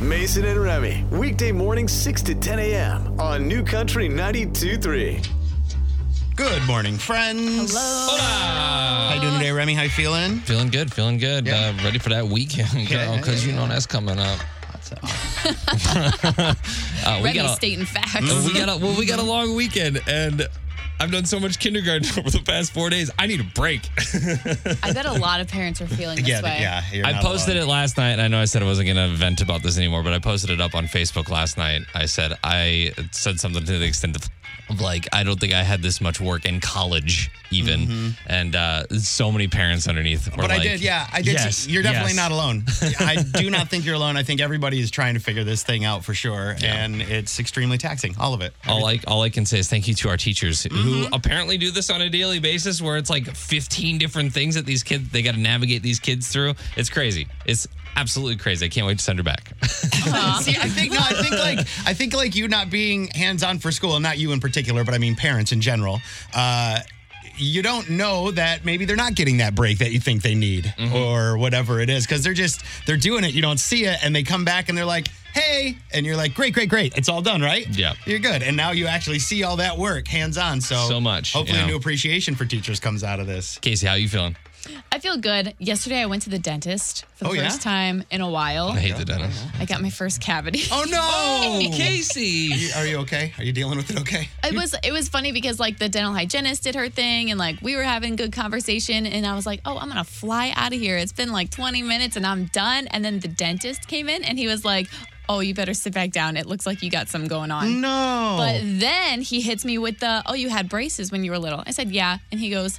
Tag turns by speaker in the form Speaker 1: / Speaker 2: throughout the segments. Speaker 1: Mason and Remy, weekday morning 6 to 10 a.m. on New Country 92.3.
Speaker 2: Good morning, friends. Hello. How you doing today, Remy? How you feeling?
Speaker 3: Feeling good, feeling good.
Speaker 2: Ah. Yeah.
Speaker 3: Uh, ready for that weekend,
Speaker 2: Yeah,
Speaker 3: girl, because you know that's coming up.
Speaker 2: That's it.
Speaker 3: Uh, we
Speaker 4: Remy
Speaker 3: got a,
Speaker 4: stating
Speaker 3: uh,
Speaker 2: Mm-hmm.
Speaker 4: facts.
Speaker 3: we got a, well, we got a long weekend, and I've done so much kindergarten over the past four days. I need a break.
Speaker 4: I bet a lot of parents are feeling this
Speaker 2: Yeah,
Speaker 4: way.
Speaker 2: yeah. You're
Speaker 3: I posted it last night, and I know I said I wasn't going to vent about this anymore, but I posted it up on Facebook last night. I said I said something to the extent of, of like, I don't think I had this much work in college, even, and uh, so many parents underneath. Were
Speaker 2: Mm-hmm. But
Speaker 3: like,
Speaker 2: I did, yeah, I did.
Speaker 3: Yes,
Speaker 2: see- you're definitely
Speaker 3: yes."
Speaker 2: not alone. I do not think you're alone. I think everybody is trying to figure this thing out for sure, and it's extremely taxing, all of it.
Speaker 3: All I all I can say is thank you to our teachers who apparently do this on a daily basis where it's like 15 different things that these kids they got to navigate these kids through. It's crazy. It's absolutely crazy. I can't wait to send her back.
Speaker 2: See, I think no, I think like I think like you not being hands-on for school, and not you in particular, but I mean parents in general. Uh, you don't know that maybe they're not getting that break that you think they need
Speaker 3: Mm-hmm.
Speaker 2: or whatever it is because they're just they're doing it you don't see it and they come back and they're like hey and you're like great great great it's all done right
Speaker 3: Yeah.
Speaker 2: you're good and now you actually see all that work hands on so
Speaker 3: So much,
Speaker 2: hopefully
Speaker 3: yeah.
Speaker 2: a new appreciation for teachers comes out of this
Speaker 3: Casey, how you feeling?
Speaker 4: I feel good. Yesterday, I went to the dentist for the
Speaker 2: Oh, yeah?
Speaker 4: first time in a while.
Speaker 3: I hate the dentist.
Speaker 4: I got my first cavity.
Speaker 2: oh no
Speaker 3: Casey.
Speaker 2: are you okay are you dealing with it okay
Speaker 4: It was it was funny because like the dental hygienist did her thing and like we were having good conversation and I was like, "Oh, I'm going to fly out of here. It's been like 20 minutes and I'm done." And then the dentist came in and he was like, "Oh, you better sit back down. It looks like you got some going on."
Speaker 2: no
Speaker 4: But then he hits me with the, "Oh, you had braces when you were little." I said, "Yeah." And he goes,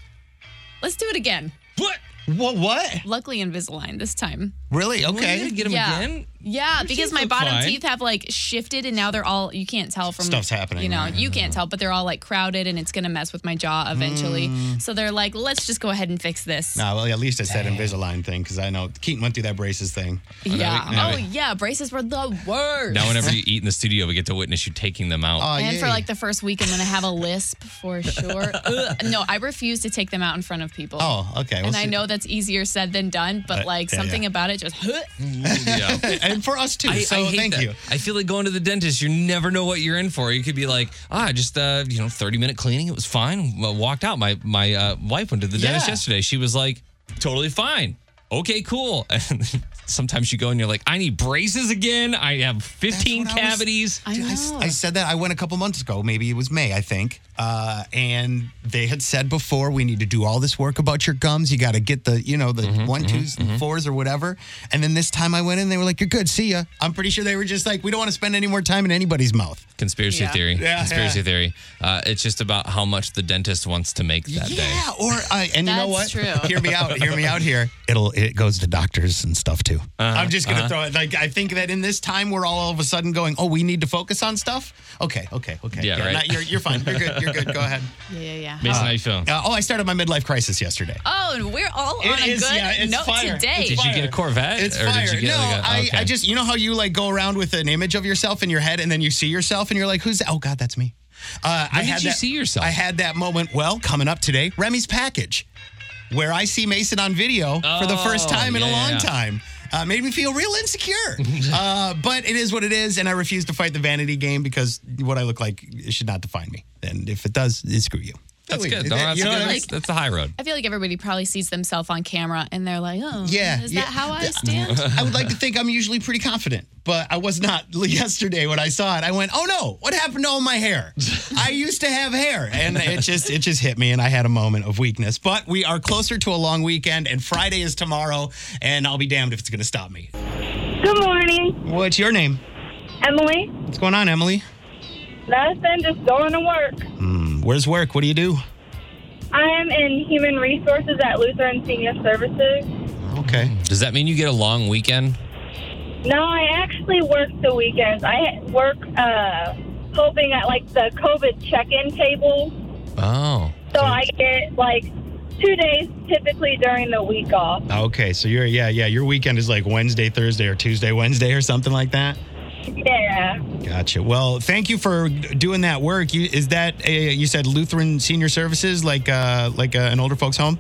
Speaker 4: "Let's do it again."
Speaker 3: What?
Speaker 2: what what
Speaker 4: Luckily Invisalign this time.
Speaker 2: really
Speaker 3: Okay.
Speaker 2: okay
Speaker 3: to get him
Speaker 4: yeah.
Speaker 3: again?
Speaker 4: Yeah, because
Speaker 3: teeth
Speaker 4: my
Speaker 3: look
Speaker 4: bottom
Speaker 3: fine.
Speaker 4: teeth have like shifted and now they're all you can't tell from
Speaker 2: Stuff's happening,
Speaker 4: You know,
Speaker 2: right.
Speaker 4: you can't tell, but they're all like crowded and it's gonna mess with my jaw eventually. So they're like, let's just go ahead and fix this.
Speaker 2: Mm. No, well, at least it's that Invisalign thing because I know Keaton went through that braces thing.
Speaker 4: yeah.
Speaker 3: now
Speaker 4: oh
Speaker 3: we-
Speaker 4: yeah, braces were the worst.
Speaker 3: Now whenever you eat in the studio, we get to witness you taking them out.
Speaker 4: and for
Speaker 2: Oh, yay.
Speaker 4: like the first week, I'm gonna have a lisp for sure. Ugh. no, I refuse to take them out in front of people.
Speaker 2: Oh, okay. well,
Speaker 4: and I
Speaker 2: see-
Speaker 4: know that's easier said than done, but
Speaker 2: Uh,
Speaker 4: like
Speaker 2: yeah,
Speaker 4: something
Speaker 2: yeah. Mm,
Speaker 4: about it just.
Speaker 3: yeah.
Speaker 2: and for us too.
Speaker 3: I,
Speaker 2: so
Speaker 3: I hate
Speaker 2: thank
Speaker 3: that.
Speaker 2: you.
Speaker 3: I feel like going to the dentist. You never know what you're in for. You could be like, ah, just uh, you know, 30 minute cleaning. It was fine. Well, walked out. My my uh, wife went to the dentist
Speaker 2: Yeah.
Speaker 3: yesterday. She was like, totally fine. Okay, cool. And sometimes you go and you're like, I need braces again. I have 15
Speaker 2: That's what I was-
Speaker 3: cavities.
Speaker 4: I
Speaker 2: Dude, I, s-
Speaker 4: know.
Speaker 2: I said that I went a couple months ago. Maybe it was May, I think. Uh, and they had said before we need to do all this work about your gums. You got to get the you know the
Speaker 4: Mm-hmm,
Speaker 2: one, twos, and fours, or whatever. And then this time I went in, they were like, "You're good. See ya." I'm pretty sure they were just like, "We don't want to spend any more time in anybody's mouth."
Speaker 3: Conspiracy
Speaker 4: Yeah.
Speaker 3: theory.
Speaker 2: Yeah,
Speaker 3: Conspiracy
Speaker 2: yeah.
Speaker 3: theory. Uh, it's just about how much the dentist wants to make that day.
Speaker 2: Yeah, or uh, and you know what?
Speaker 4: That's true.
Speaker 2: Hear me out. Hear me out here. Uh-huh, It'll it goes to doctors and stuff too. I'm just gonna throw it. Like I think that in this time we're all of a sudden going, oh, we need to focus on stuff. Okay, okay, okay.
Speaker 3: Yeah, right.
Speaker 2: no, you're you're fine. You're good. You're good. Go ahead.
Speaker 4: yeah, yeah, yeah.
Speaker 3: Mason, how you feeling?
Speaker 2: Uh, oh, I started my midlife crisis yesterday.
Speaker 4: Oh, and we're all on a good note today.
Speaker 3: Did you get a Corvette,
Speaker 2: It's
Speaker 3: or did
Speaker 2: fire.
Speaker 3: you get
Speaker 2: no,
Speaker 3: like a-
Speaker 2: I,
Speaker 3: okay.
Speaker 2: I just you know how you like go around with an image of yourself in your head, and then you see yourself, and you're like, "Who's that? Oh God, that's me." Uh, I
Speaker 3: did
Speaker 2: had
Speaker 3: you
Speaker 2: that-
Speaker 3: see yourself?
Speaker 2: I had that moment. Well, coming up today, Remy's package, where I see Mason on video for the first
Speaker 3: Oh,
Speaker 2: time in a
Speaker 3: yeah,
Speaker 2: long
Speaker 3: yeah.
Speaker 2: time. Uh, made me feel real insecure, uh, but it is what it is, and I refuse to fight the vanity game because what I look like should not define me, and if it does, it screw you.
Speaker 3: That's good.
Speaker 2: You
Speaker 3: though. That's,
Speaker 2: know what I
Speaker 3: good.
Speaker 2: mean?
Speaker 3: That's- that's the high road.
Speaker 4: I feel like everybody probably sees themselves on camera and they're like, oh,
Speaker 2: Yeah,
Speaker 4: is
Speaker 2: yeah.
Speaker 4: that how I stand?
Speaker 2: I would like to think I'm usually pretty confident, but I was not yesterday when I saw it. I went, "Oh no, what happened to all my hair? I used to have hair." And it just it just hit me and I had a moment of weakness. But we are closer to a long weekend and Friday is tomorrow and I'll be damned if it's going to stop me.
Speaker 5: Good morning,
Speaker 2: What's your name?
Speaker 5: Emily.
Speaker 2: What's going on, Emily?
Speaker 5: Nothing, just going to work.
Speaker 2: Where's work? What do you do?
Speaker 5: I am in human resources at Lutheran Senior Services.
Speaker 2: Okay.
Speaker 3: Does that mean you get a long weekend?
Speaker 5: No, I actually work the weekends. I work uh, helping at like the COVID check-in table,
Speaker 3: Oh.
Speaker 5: so I get like two days typically during the week off.
Speaker 2: Okay, so you're yeah, yeah, your weekend is like Wednesday, Thursday or Tuesday, Wednesday or something like that.
Speaker 5: Yeah,
Speaker 2: Gotcha. Well, thank you for doing that work. You is that a, you said Lutheran Senior Services, like uh, like uh, an older folks' home?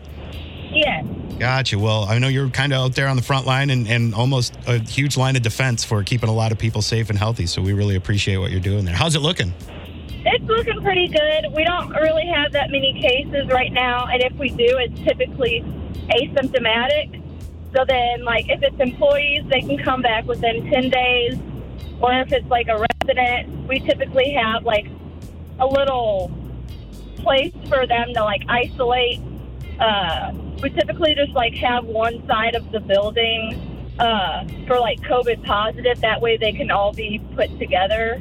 Speaker 5: yeah.
Speaker 2: Gotcha. Well, I know you're kind of out there on the front line and, and almost a huge line of defense for keeping a lot of people safe and healthy. So we really appreciate what you're doing there. How's it looking?
Speaker 5: It's looking pretty good. We don't really have that many cases right now, and if we do, it's typically asymptomatic. So then, like, if it's employees, they can come back within 10 days, or if it's like a resident, we typically have like a little place for them to like isolate. Uh, we typically just like have one side of the building uh, for like COVID positive. That way they can all be put together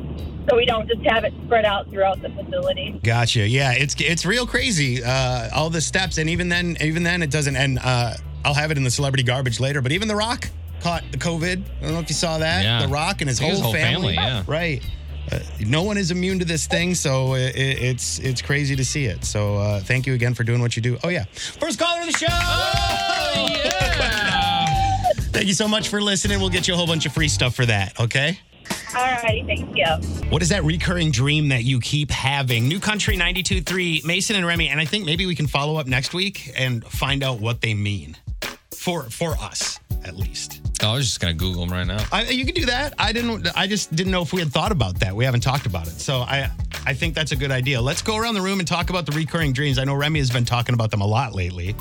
Speaker 5: so we don't just have it spread out throughout the facility.
Speaker 2: Gotcha. Yeah, it's it's real crazy. Uh, all the steps, and even then, even then, it doesn't. And uh, I'll have it in the celebrity garbage later. But even The Rock caught the COVID. I don't know if you saw that.
Speaker 3: Yeah.
Speaker 2: The Rock and his
Speaker 3: I think
Speaker 2: whole,
Speaker 3: his whole family, yeah.
Speaker 2: Right. Uh, no one is immune to this thing, so it, it- it's it's crazy to see it. So uh, thank you again for doing what you do. Oh yeah, first caller of the show.
Speaker 3: Oh,
Speaker 2: Thank you so much for listening. We'll get you a whole bunch of free stuff for that. Okay.
Speaker 5: Alrighty, thank you.
Speaker 2: What is that recurring dream that you keep having? New Country 92.3, Mason and Remy. And I think maybe we can follow up next week and find out what they mean for for us, at least.
Speaker 3: Oh, I was just gonna Google them right now.
Speaker 2: I, you can do that. I didn't. I just didn't know if we had thought about that. We haven't talked about it, so I I think that's a good idea. Let's go around the room and talk about the recurring dreams. I know Remy has been talking about them a lot lately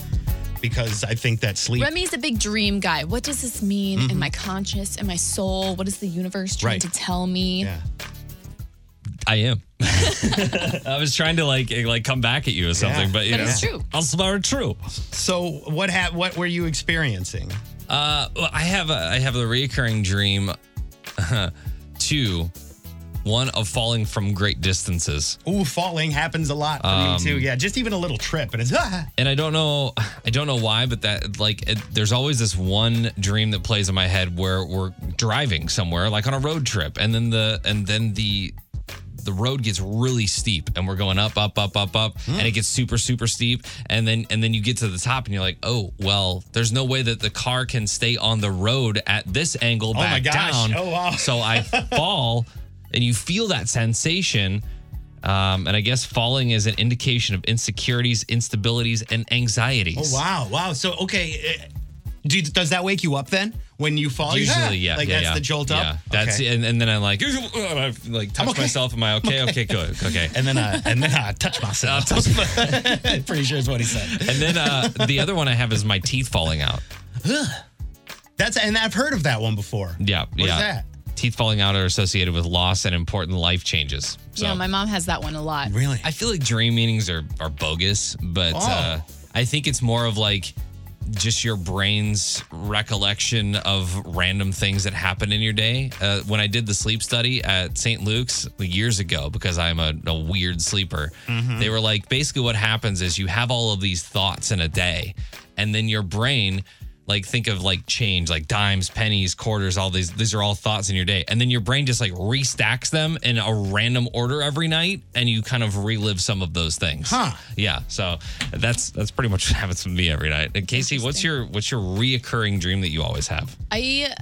Speaker 2: because I think that sleep.
Speaker 4: Remy's a big dream guy. What does this mean in my conscious, in my soul? What is the universe trying
Speaker 2: Mm-hmm. Right.
Speaker 4: to tell me?
Speaker 2: yeah.
Speaker 3: I am. I was trying to like eh, like come back at you or something,
Speaker 2: Yeah.
Speaker 3: but you
Speaker 4: But
Speaker 3: know,
Speaker 4: it's true.
Speaker 3: I'll smart true.
Speaker 2: So what ha- what were you experiencing?
Speaker 3: Uh, well, I have a I have the reoccurring dream, two, one of falling from great distances.
Speaker 2: Ooh, falling happens a lot for me too. Yeah, just even a little trip, and it's ah.
Speaker 3: and I don't know, I don't know why, but that like it, there's always this one dream that plays in my head where we're driving somewhere, like on a road trip, and then the and then the the road gets really steep, and we're going up, up, up, up, up,
Speaker 2: Hmm.
Speaker 3: and it gets super, super steep, and then and then you get to the top, and you're like, oh well, there's no way that the car can stay on the road at this angle
Speaker 2: my
Speaker 3: back
Speaker 2: gosh.
Speaker 3: down.
Speaker 2: Oh, wow.
Speaker 3: So I fall, and you feel that sensation. Um, and I guess falling is an indication of insecurities, instabilities, and anxieties.
Speaker 2: Oh wow, wow. So okay, eh, do, does that wake you up then when you fall?
Speaker 3: Usually, yeah,
Speaker 2: Oh, like
Speaker 3: yeah,
Speaker 2: that's
Speaker 3: yeah.
Speaker 2: the jolt up.
Speaker 3: Yeah, that's
Speaker 2: Okay.
Speaker 3: it. And, and then I'm like, I like touch
Speaker 2: okay.
Speaker 3: myself. Am I okay? Okay, good. Okay.
Speaker 2: And then I and then I touch myself. Pretty sure is what he said.
Speaker 3: And then uh, the other one I have is my teeth falling out.
Speaker 2: That's and I've heard of that one before.
Speaker 3: Yeah,
Speaker 2: What's
Speaker 3: yeah.
Speaker 2: that?
Speaker 3: Teeth falling out are associated with loss and important life changes. So
Speaker 4: Yeah, my mom has that one a lot.
Speaker 2: Really?
Speaker 3: I feel like dream meetings are are bogus,
Speaker 2: Oh.
Speaker 3: but uh, I think it's more of like just your brain's recollection of random things that happen in your day. Uh, when I did the sleep study at St. Luke's years ago, because I'm a, a weird sleeper, they were like basically what happens is you have all of these thoughts in a day, and then your brain. Like think of like change, like dimes, pennies, quarters, all these. These are all thoughts in your day, and then your brain just like restacks them in a random order every night, and you kind of relive some of those things.
Speaker 2: Huh.
Speaker 3: Yeah, so that's that's pretty much what happens to me every night. And Casey, what's your what's your reoccurring dream that you always have?
Speaker 4: I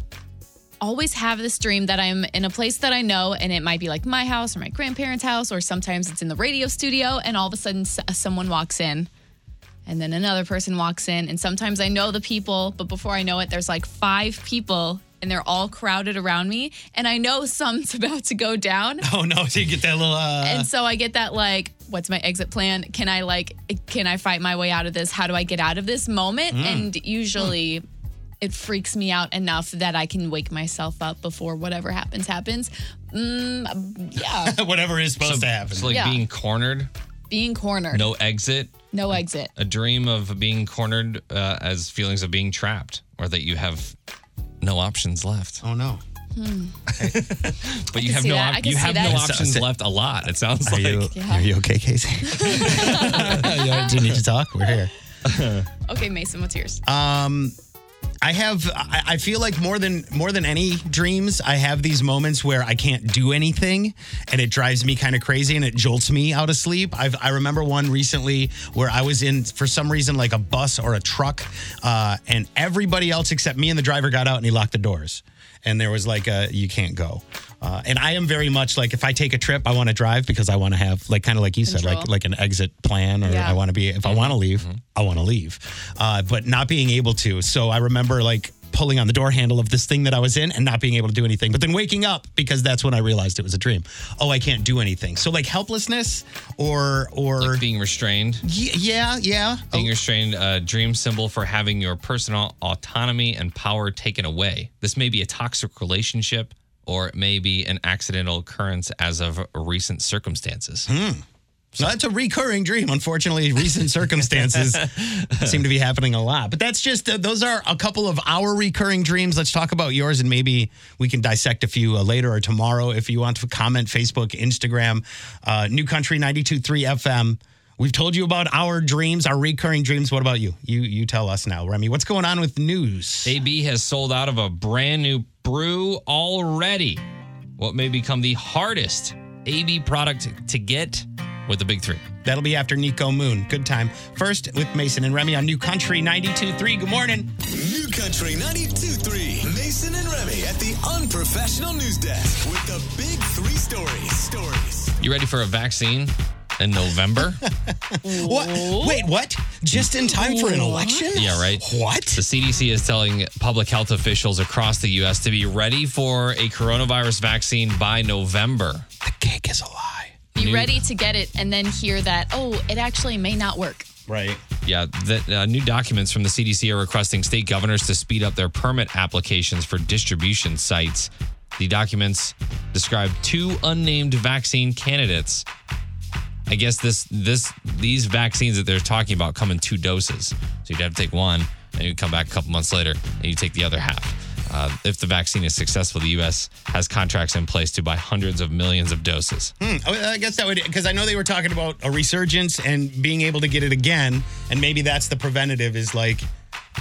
Speaker 4: always have this dream that I'm in a place that I know, and it might be like my house or my grandparents' house, or sometimes it's in the radio studio, and all of a sudden s- someone walks in, and then another person walks in, and sometimes I know the people, but before I know it, there's like five people. And they're all crowded around me, and I know some's about to go down.
Speaker 2: Oh no! So you get that little. Uh,
Speaker 4: And so I get that like, what's my exit plan? Can I like, can I fight my way out of this? How do I get out of this moment?
Speaker 3: Mm.
Speaker 4: And usually it freaks me out enough that I can wake myself up before whatever happens happens. Mm, yeah,
Speaker 2: whatever is supposed to happen.
Speaker 3: It's like
Speaker 4: Yeah.
Speaker 3: being cornered,
Speaker 4: being cornered, no,
Speaker 3: no Uh, exit,
Speaker 4: exit.
Speaker 3: a dream of being cornered uh, as feelings of being trapped, or that you have no options left.
Speaker 2: oh no!
Speaker 3: But you
Speaker 4: can
Speaker 3: have
Speaker 4: see
Speaker 3: no
Speaker 4: that. I
Speaker 3: op-
Speaker 4: can
Speaker 3: you
Speaker 4: see
Speaker 3: have
Speaker 4: that.
Speaker 3: no
Speaker 4: So-
Speaker 3: options left. A lot. It sounds like
Speaker 4: Yeah. are
Speaker 2: you okay, Casey? do you need to talk? We're here.
Speaker 3: uh,
Speaker 4: Okay, Mason, what's yours?
Speaker 2: I have. I I feel like more than more than any dreams, I have these moments where I can't do anything, and it drives me kind of crazy, and it jolts me out of sleep. I've, I remember one recently where I was in for some reason like a bus or a truck, uh, and everybody else except me and the driver got out, and he locked the doors, and there was like a you can't go, Uh, and I am very much like if I take a trip, I want to drive because I want to have like kind of like you said, like
Speaker 4: Control.
Speaker 2: like an exit plan, or
Speaker 4: Yeah.
Speaker 2: I want to be if
Speaker 3: Mm-hmm.
Speaker 2: I want to leave, I want to leave. Uh, but not being able to. So I remember like pulling on the door handle of this thing that I was in and not being able to do anything, but then waking up because that's when I realized it was a dream. Oh, I can't do anything. So like helplessness or or
Speaker 3: Like being restrained.
Speaker 2: Ye- yeah, yeah.
Speaker 3: Being restrained, a uh, dream symbol for having your personal autonomy and power taken away. This may be a toxic relationship or it may be an accidental occurrence as of recent circumstances.
Speaker 2: No, that's a recurring dream. Unfortunately, recent circumstances seem to be happening a lot. But that's just, uh, those are a couple of our recurring dreams. Let's talk about yours and maybe we can dissect a few uh, later or tomorrow if you want to comment Facebook, Instagram, uh, New Country 92.3 FM. We've told you about our dreams, our recurring dreams. What about you? You you tell us now, Remy. What's going on with news?
Speaker 3: AB has sold out of a brand new brew already. What may become the hardest AB product to get with the big three.
Speaker 2: That'll be after Nico Moon. Good time. First with Mason and Remy on New Country 92.3. Good morning.
Speaker 1: New Country 92.3. Mason and Remy at the Unprofessional News Desk with the big three stories. Stories.
Speaker 3: You ready for a vaccine in November?
Speaker 2: What? Wait, what? Just in time for an election?
Speaker 3: Yeah, right.
Speaker 2: What?
Speaker 3: the CDC is telling public health officials across the U.S. to be ready for a coronavirus vaccine by November.
Speaker 2: The cake is a lie.
Speaker 4: Be ready to get it and then hear that, oh, it actually may not work.
Speaker 2: Right.
Speaker 3: Yeah, that uh, new documents from the CDC are requesting state governors to speed up their permit applications for distribution sites. The documents describe two unnamed vaccine candidates. I guess this this these vaccines that they're talking about come in two doses, so you'd have to take one, and you come back a couple months later, and you take the other half. Uh, if the vaccine is successful, the U.S. has contracts in place to buy hundreds of millions of doses.
Speaker 2: Oh, I guess that would, because I know they were talking about a resurgence and being able to get it again. And maybe that's the preventative is like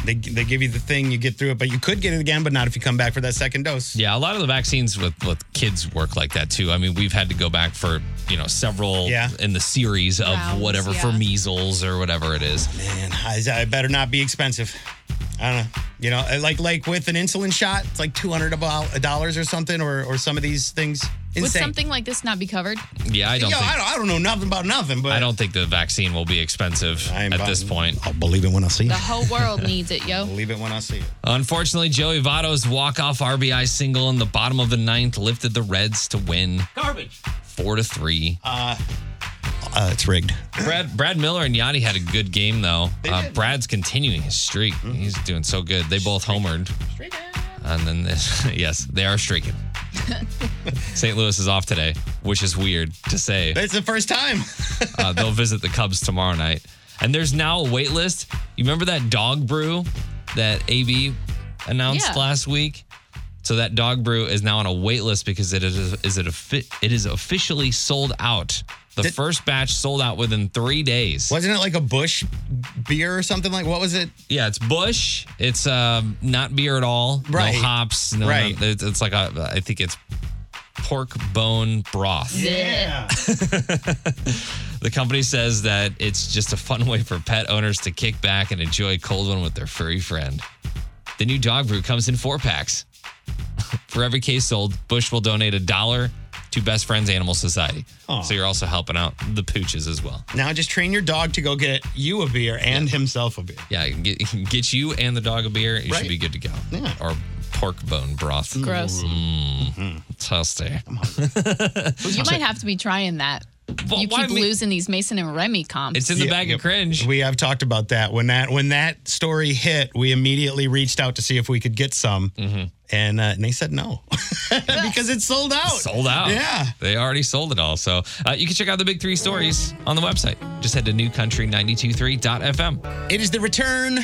Speaker 2: they, they give you the thing, you get through it, but you could get it again, but not if you come back for that second dose.
Speaker 3: Yeah, a lot of the vaccines with, with kids work like that too. I mean, we've had to go back for, you know, several
Speaker 2: Yeah.
Speaker 3: in the series of
Speaker 4: Rounds,
Speaker 3: whatever
Speaker 4: yeah.
Speaker 3: for measles or whatever it is.
Speaker 2: Man, I, I better not be expensive. I don't know. You know, uh, like like with an insulin shot, it's like two hundred uh, dollars or something, or or some of these things. Insane.
Speaker 4: Would something like this not be covered?
Speaker 3: Yeah, I don't
Speaker 2: Yo,
Speaker 3: think
Speaker 2: I, don't, I don't know nothing about nothing, but
Speaker 3: I don't think the vaccine will be expensive
Speaker 2: I am
Speaker 3: at
Speaker 2: buying-
Speaker 3: this point.
Speaker 2: I'll believe it when I see
Speaker 4: The
Speaker 2: it.
Speaker 4: whole world needs it, yo.
Speaker 2: Believe it when I see it.
Speaker 3: Unfortunately, Joey Votto's walk-off RBI single in the bottom of the ninth lifted the Reds to win
Speaker 6: Garbage.
Speaker 3: four to three.
Speaker 2: Uh, it's rigged.
Speaker 3: Brad Brad Miller and Yachty had a good game though. Uh, Brad's continuing his streak.
Speaker 2: Mm-hmm.
Speaker 3: He's doing so good. They both homered. And then this, yes, they are streaking. St. Louis is off today, which is weird to say.
Speaker 2: It's the first time.
Speaker 3: Uh, they'll visit the Cubs tomorrow night. And there's now a wait list. You remember that dog brew that AB announced
Speaker 4: Yeah.
Speaker 3: last week? So that dog brew is now on a wait list because it is is it a fit, it is officially sold out. The
Speaker 2: Did-
Speaker 3: first batch sold out within three days.
Speaker 2: Wasn't it like a Bush beer or something? Like, what was it?
Speaker 3: Yeah, it's Bush. It's um, not beer at all.
Speaker 2: Right.
Speaker 3: No hops. No,
Speaker 2: Right.
Speaker 3: no- it's, it's like a, I think it's pork bone broth.
Speaker 2: Yeah.
Speaker 3: The company says that it's just a fun way for pet owners to kick back and enjoy a cold one with their furry friend. The new dog brew comes in four packs. for every case sold, Bush will donate a dollar to Best Friends Animal Society. So you're also helping out the pooches as well.
Speaker 2: now just train your dog to go get you a beer and himself a beer.
Speaker 3: Yeah, get, get you and the dog a beer. You
Speaker 2: Right.
Speaker 3: should be good to go. Or pork bone broth.
Speaker 4: Gross.
Speaker 3: Mm. Toasty.
Speaker 4: You might have to be trying that.
Speaker 3: Well,
Speaker 4: you
Speaker 3: why
Speaker 4: keep
Speaker 3: me-
Speaker 4: losing these Mason and Remy comps.
Speaker 3: It's in the
Speaker 2: Yeah,
Speaker 3: bag
Speaker 2: yep.
Speaker 3: of cringe.
Speaker 2: We have talked about that. When that when that story hit, we immediately reached out to see if we could get some,
Speaker 3: Mm-hmm.
Speaker 2: and uh, and they said no because it's sold out.
Speaker 3: sold out.
Speaker 2: Yeah.
Speaker 3: They already sold it all. So uh, you can check out the big three stories on the website. Just head to newcountry923.fm.
Speaker 2: It is the return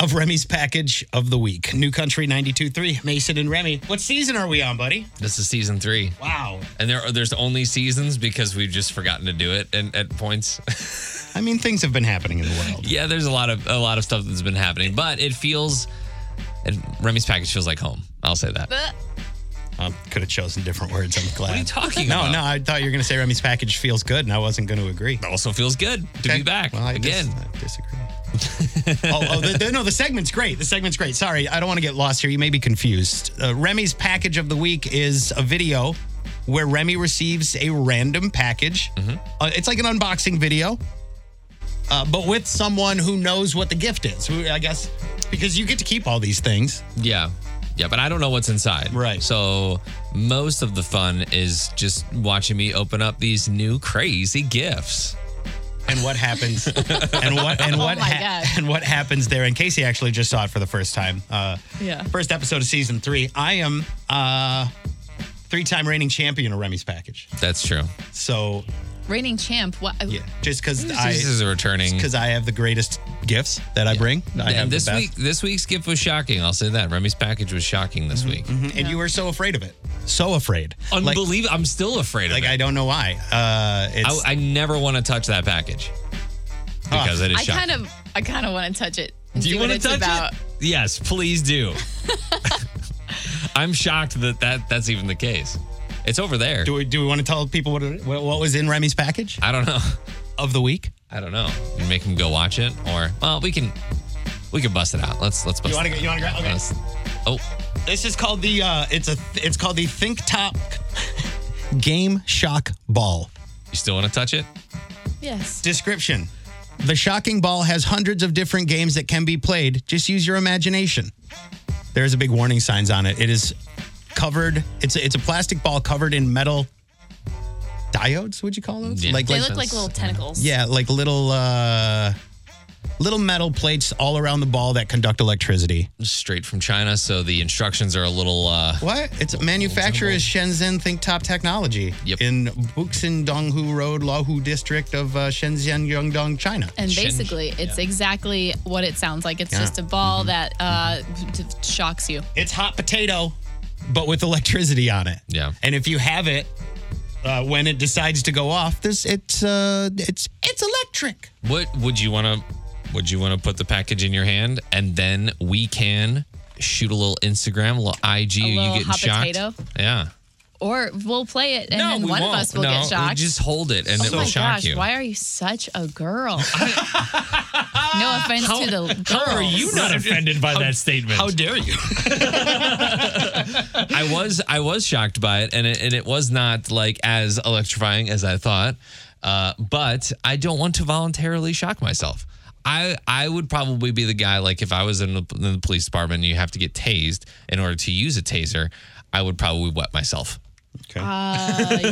Speaker 2: of Remy's package of the week. New Country 92.3, Mason and Remy. What season are we on, buddy?
Speaker 3: This is season three.
Speaker 2: Wow.
Speaker 3: And there are, there's only seasons because we've just forgotten to do it and at points.
Speaker 2: I mean, things have been happening in the world.
Speaker 3: yeah, there's a lot of a lot of stuff that's been happening, but it feels and Remy's package feels like home. I'll say that.
Speaker 4: But
Speaker 2: I could have chosen different words. I'm glad. What
Speaker 3: are you talking
Speaker 2: no,
Speaker 3: about?
Speaker 2: No, I thought you were going to say Remy's package feels good, and I wasn't going to agree.
Speaker 3: Also feels good to
Speaker 2: Okay.
Speaker 3: be back
Speaker 2: Well, I
Speaker 3: again.
Speaker 2: Dis- I disagree. oh, oh the, the- no, the segment's great. The segment's great. Sorry, I don't want to get lost here. You may be confused. Uh, Remy's package of the week is a video where Remy receives a random package.
Speaker 3: Mm-hmm.
Speaker 2: Uh, it's like an unboxing video, uh, but with someone who knows what the gift is. Who I guess because you get to keep all these things.
Speaker 3: Yeah. Yeah, but I don't know what's inside.
Speaker 2: Right.
Speaker 3: So most of the fun is just watching me open up these new crazy gifts.
Speaker 2: and what happens and what and
Speaker 4: Oh
Speaker 2: what
Speaker 4: my
Speaker 2: ha-
Speaker 4: God.
Speaker 2: and what happens there and casey actually just saw it for the first time uh
Speaker 4: Yeah.
Speaker 2: first episode of season three i am uh three-time reigning champion of remy's package
Speaker 3: That's true.
Speaker 2: so
Speaker 4: Reigning champ. What?
Speaker 2: yeah just because i
Speaker 3: this is a returning.
Speaker 2: because i have the greatest gifts that i bring i have
Speaker 3: And
Speaker 2: the
Speaker 3: this
Speaker 2: best.
Speaker 3: week, this week's gift was shocking. I'll say that Remy's package was shocking this week.
Speaker 2: and you were so afraid of it so afraid Mm-hmm, like,
Speaker 3: Unbelievable. I'm still afraid of
Speaker 2: like
Speaker 3: it.
Speaker 2: i don't know why uh it's
Speaker 3: I, I never want to touch that package because it is
Speaker 4: I
Speaker 3: shocking.
Speaker 4: kind of, I kind of want to touch it. and
Speaker 3: do you
Speaker 4: see what
Speaker 3: want to
Speaker 4: it's
Speaker 3: touch
Speaker 4: about.
Speaker 3: it? Yes, please do. I'm shocked that, that that's even the case. It's over there.
Speaker 2: do we do we want to tell people what it- what what was in remy's package
Speaker 3: I don't know.
Speaker 2: of the week
Speaker 3: I don't know. You make him go watch it, or well, we can we can bust it out. Let's let's bust.
Speaker 2: you want
Speaker 3: it
Speaker 2: to you want to grab okay
Speaker 3: Let's- Oh,
Speaker 2: This is called the uh, it's a it's called the Think Top Game Shock Ball.
Speaker 3: you still want to touch it?
Speaker 4: Yes.
Speaker 2: Description: The shocking ball has hundreds of different games that can be played. Just use your imagination. There's a big warning signs on it. It is covered. It's a, it's a plastic ball covered in metal diodes. Would you call those?
Speaker 3: Yeah.
Speaker 4: They
Speaker 3: Like
Speaker 4: look like
Speaker 3: this.
Speaker 4: little tentacles.
Speaker 2: yeah, like little uh, little metal plates all around the ball that conduct electricity.
Speaker 3: Straight from China, so the instructions are a little. uh
Speaker 2: What? It's manufacturer is Shenzhen Think Top Technology
Speaker 3: Yep.
Speaker 2: in Buxin Donghu Road, Lahu District of uh, Shenzhen, Yongdong, China.
Speaker 4: And
Speaker 3: Shin-
Speaker 4: basically, it's exactly what it sounds like. It's
Speaker 2: Yeah.
Speaker 4: just a ball
Speaker 3: Mm-hmm.
Speaker 4: that uh, d- d- shocks you.
Speaker 2: It's hot potato, but with electricity on it.
Speaker 3: Yeah.
Speaker 2: And if you have it, uh, when it decides to go off, this it's uh, it's it's electric.
Speaker 3: What would you want to? Would you want to put the package in your hand and then we can shoot a little Instagram, a little IG?
Speaker 4: A
Speaker 3: you
Speaker 4: little
Speaker 3: getting
Speaker 4: hot
Speaker 3: shocked?
Speaker 4: potato?
Speaker 3: Yeah.
Speaker 4: Or we'll play it, and then
Speaker 3: we
Speaker 4: one
Speaker 3: won't.
Speaker 4: of us will
Speaker 3: no,
Speaker 4: get shocked.
Speaker 3: We just hold it and it
Speaker 4: oh my
Speaker 3: will shock
Speaker 4: gosh!
Speaker 3: you.
Speaker 4: Why are you such a girl? no offense to the girls.
Speaker 3: how are you not
Speaker 6: offended by that statement.
Speaker 3: How dare you? I was I was shocked by it, and it, and it was not like as electrifying as I thought. Uh, but I don't want to voluntarily shock myself. I I would probably be the guy like if I was in the, in the police department, and you have to get tased in order to use a taser. I would probably wet myself.
Speaker 2: Okay.
Speaker 4: Uh,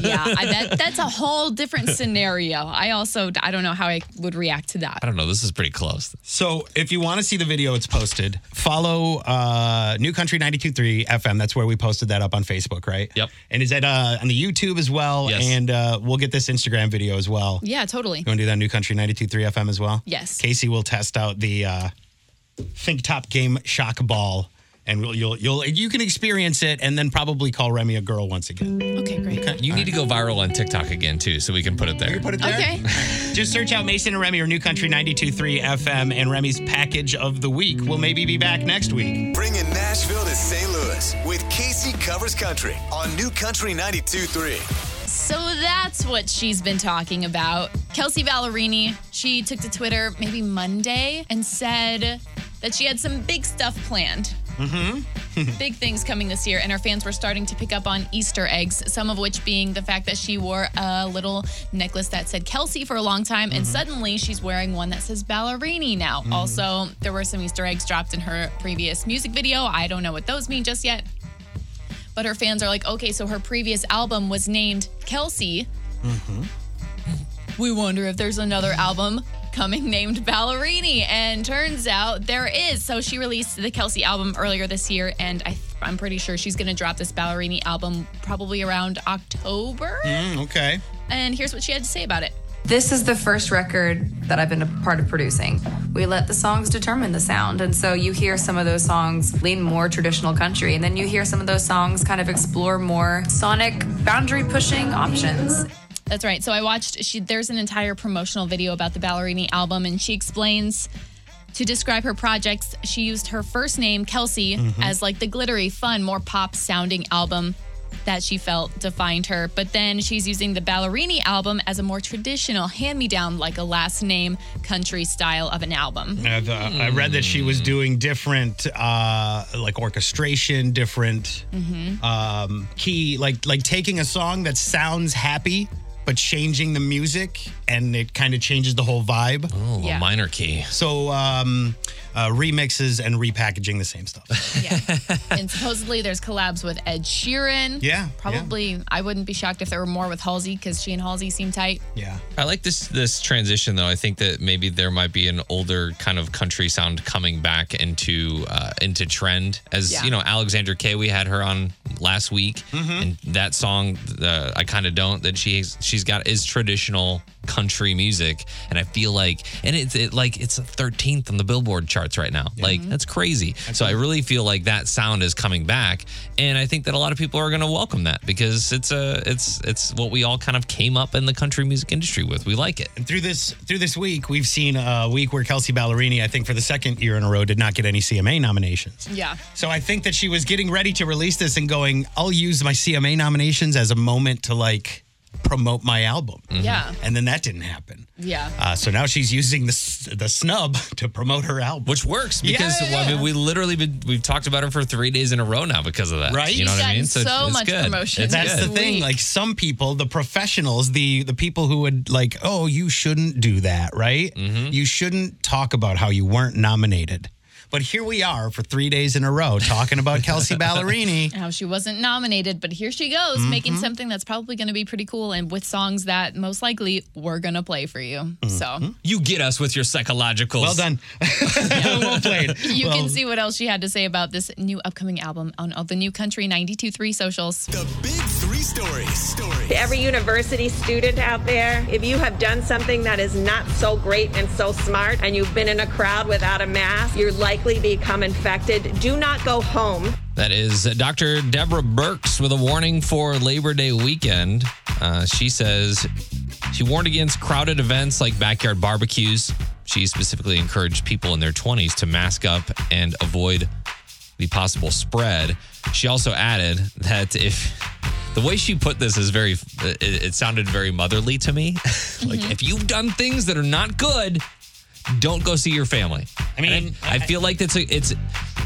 Speaker 4: yeah, I, that, that's a whole different scenario. I also I don't know how I would react to that.
Speaker 3: I don't know. This is pretty close.
Speaker 2: So if you want to see the video, it's posted. Follow uh, New Country 92.3 FM. That's where we posted that up on Facebook, right?
Speaker 3: Yep.
Speaker 2: And is that uh, on the YouTube as well?
Speaker 3: Yes.
Speaker 2: And uh, we'll get this Instagram video as well.
Speaker 4: Yeah, totally.
Speaker 2: You want to do that New Country 92.3 FM as well?
Speaker 4: Yes.
Speaker 2: Casey will test out the uh, Think Top Game Shock Ball, and we'll, you'll you'll you can experience it, and then probably call Remy a girl once again.
Speaker 4: Okay, great.
Speaker 3: You need to go viral on TikTok again too, so we can put it there.
Speaker 2: it
Speaker 4: Okay.
Speaker 2: Just search out Mason and Remy or New Country 92.3 FM and Remy's package of the week. We'll maybe be back next week.
Speaker 1: Bringing Nashville to St. Louis with Casey Covers Country on New Country 92.3.
Speaker 4: So that's what she's been talking about. Kelsey Ballerini, she took to Twitter maybe Monday and said that she had some big stuff planned. Mm-hmm. big things coming this year, and her fans were starting to pick up on Easter eggs, some of which being the fact that she wore a little necklace that said Kelsey for a long time, and suddenly she's wearing one that says Ballerini now. Also, there were some Easter eggs dropped in her previous music video. I don't know what those mean just yet but her fans are like, okay, so her previous album was named Kelsey. We wonder if there's another album coming named Ballerini. And turns out there is. So she released the Kelsey album earlier this year, and I, I'm pretty sure she's going to drop this Ballerini album probably around October.
Speaker 2: Mm.
Speaker 3: Hmm,
Speaker 2: okay.
Speaker 4: And here's what she had to say about it.
Speaker 7: This is the first record that I've been a part of producing. We let the songs determine the sound. And so you hear some of those songs lean more traditional country, and then you hear some of those songs kind of explore more sonic boundary pushing options.
Speaker 4: That's right. So I watched. She there's an entire promotional video about the Ballerini album, and she explains to describe her projects.
Speaker 2: Mm-hmm.
Speaker 4: She used her first name Kelsey as like the glittery, fun, more pop sounding album. that she felt defined her. But then she's using the Ballerini album as a more traditional hand me down, like a last name country style of an album.
Speaker 2: Uh, the- I read that she was doing different, uh, like orchestration, different um, key, like like taking a song that sounds happy but changing the music, and it kind of changes the whole vibe.
Speaker 3: Oh, a
Speaker 4: Yeah.
Speaker 3: minor key.
Speaker 2: So um, uh, remixes and repackaging the same stuff.
Speaker 4: Yeah. and supposedly there's collabs with Ed Sheeran.
Speaker 2: Yeah,
Speaker 4: Probably, I wouldn't be shocked if there were more with Halsey because she and Halsey seem tight.
Speaker 2: yeah.
Speaker 3: I like this this transition though. I think that maybe there might be an older kind of country sound coming back into uh, into trend. As
Speaker 4: Yeah.
Speaker 3: you know, Alexandra Kay, we had her on last week,
Speaker 2: Mm-hmm.
Speaker 3: and that song, uh, I kind of don't that she's she's got is traditional country music, and I feel like and it's it, like it's 13th on the Billboard charts right now. Like that's crazy. so I really feel like that sound is coming back, and I think that a lot of people are going to welcome that because it's a it's it's what we all kind of came up in the country music industry with. We like it.
Speaker 2: And through this through this week, we've seen a week where Kelsey Ballerini, I think for the second year in a row, did not get any CMA nominations.
Speaker 4: Yeah.
Speaker 2: So I think that she was getting ready to release this and going, I'll use my CMA nominations as a moment to like promote my album.
Speaker 3: Mm.
Speaker 4: Yeah.
Speaker 2: And then that didn't happen.
Speaker 4: Yeah.
Speaker 2: Uh, so now she's using the s- the snub to promote her album.
Speaker 3: Which works because
Speaker 2: Yeah, yeah,
Speaker 3: well, I
Speaker 2: yeah.
Speaker 3: mean we literally been we've talked about her for three days in a row now because of that.
Speaker 2: Right?
Speaker 3: You know
Speaker 4: She's
Speaker 3: what I
Speaker 4: gotten so
Speaker 3: mean?
Speaker 4: much promotion.
Speaker 3: It's
Speaker 2: that's
Speaker 3: good.
Speaker 2: the thing.
Speaker 4: Sweet.
Speaker 2: Like some people, the professionals, the the people who would like, oh, you shouldn't do that, right?
Speaker 3: Mm-hmm.
Speaker 2: You shouldn't talk about how you weren't nominated. But here we are for three days in a row talking about Kelsey Ballerini.
Speaker 4: How she wasn't nominated, but here she goes, making something that's probably going to be pretty cool and with songs that most likely we're going to play for you. So
Speaker 3: You get us with your psychological.
Speaker 2: Well done. well played.
Speaker 4: you
Speaker 2: Well,
Speaker 4: can see what else she had to say about this new upcoming album on all the new country 92.3 socials.
Speaker 1: The Big Three Stories. Stories.
Speaker 6: To every university student out there, if you have done something that is not so great and so smart, and you've been in a crowd without a mask, you're likely to become infected. Do not go home.
Speaker 3: That is Dr. Deborah Burks with a warning for Labor Day weekend. Uh, she says she warned against crowded events like backyard barbecues. She specifically encouraged people in their 20s to mask up and avoid the possible spread. She also added that if the way she put this is very, it, it sounded very motherly to me. like,
Speaker 2: Mm-hmm.
Speaker 3: if you've done things that are not good, don't go see your family.
Speaker 2: I mean,
Speaker 3: And I, I feel like that's a, it's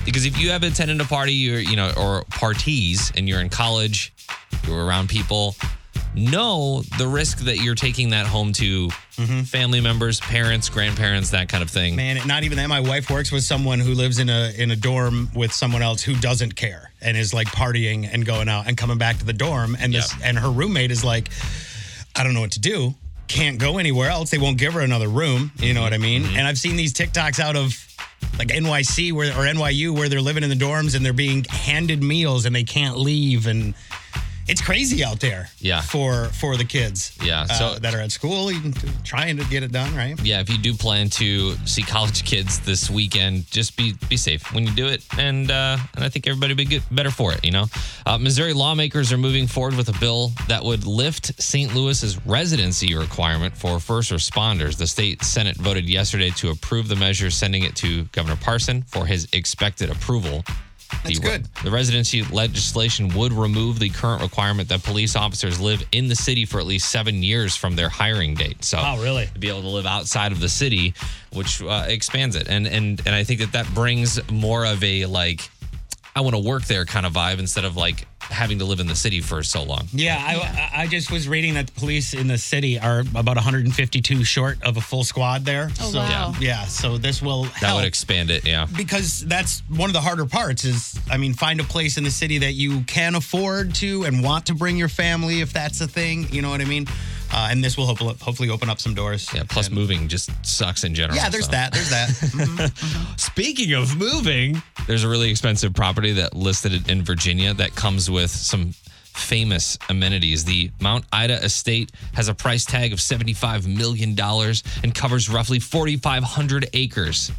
Speaker 3: because if you have attended a party, you're, you know, or parties, and you're in college, you're around people. Know the risk that you're taking that home to
Speaker 2: Mm-hmm.
Speaker 3: family members, parents, grandparents, that kind of thing.
Speaker 2: Man, not even that. My wife works with someone who lives in a in a dorm with someone else who doesn't care and is like partying and going out and coming back to the dorm. And this
Speaker 3: Yeah.
Speaker 2: and her roommate is like, I don't know what to do. Can't go anywhere else. They won't give her another room. You know what I
Speaker 3: Mm-hmm.
Speaker 2: mean? And I've seen these TikToks out of like NYC where or NYU where they're living in the dorms and they're being handed meals and they can't leave and it's crazy out there.
Speaker 3: Yeah.
Speaker 2: For for the kids.
Speaker 3: Yeah,
Speaker 2: uh,
Speaker 3: so-
Speaker 2: that are at school even trying to get it done right.
Speaker 3: yeah, if you do plan to see college kids this weekend, just be be safe when you do it, and uh, and I think everybody will be good, better for it. You know, uh, Missouri lawmakers are moving forward with a bill that would lift St. Louis's residency requirement for first responders. The state senate voted yesterday to approve the measure, sending it to Governor Parson for his expected approval.
Speaker 2: That's
Speaker 3: The-
Speaker 2: good.
Speaker 3: The residency legislation would remove the current requirement that police officers live in the city for at least seven years from their hiring date. So,
Speaker 2: Oh, really?
Speaker 3: to be able to live outside of the city, which uh, expands it. And and and I think that that brings more of a like I want to work there kind of vibe instead of like having to live in the city for so long.
Speaker 2: Yeah, I, I just was reading that the police in the city are about 152 short of a full squad there.
Speaker 4: Oh,
Speaker 2: so,
Speaker 4: wow.
Speaker 2: Yeah, so this will
Speaker 3: That
Speaker 2: help
Speaker 3: would expand it. Yeah.
Speaker 2: because that's one of the harder parts is, I mean, find a place in the city that you can afford to and want to bring your family if that's a thing. You know what I mean? Uh, and this will hopefully, hopefully open up some doors.
Speaker 3: Yeah. Plus, moving just sucks in general.
Speaker 2: Yeah, there's
Speaker 3: so.
Speaker 2: that. There's that. Mhm.
Speaker 3: Speaking of moving, there's a really expensive property that listed it in Virginia that comes with some famous amenities. The Mount Ida estate has a price tag of $75 million and covers roughly 4,500 acres.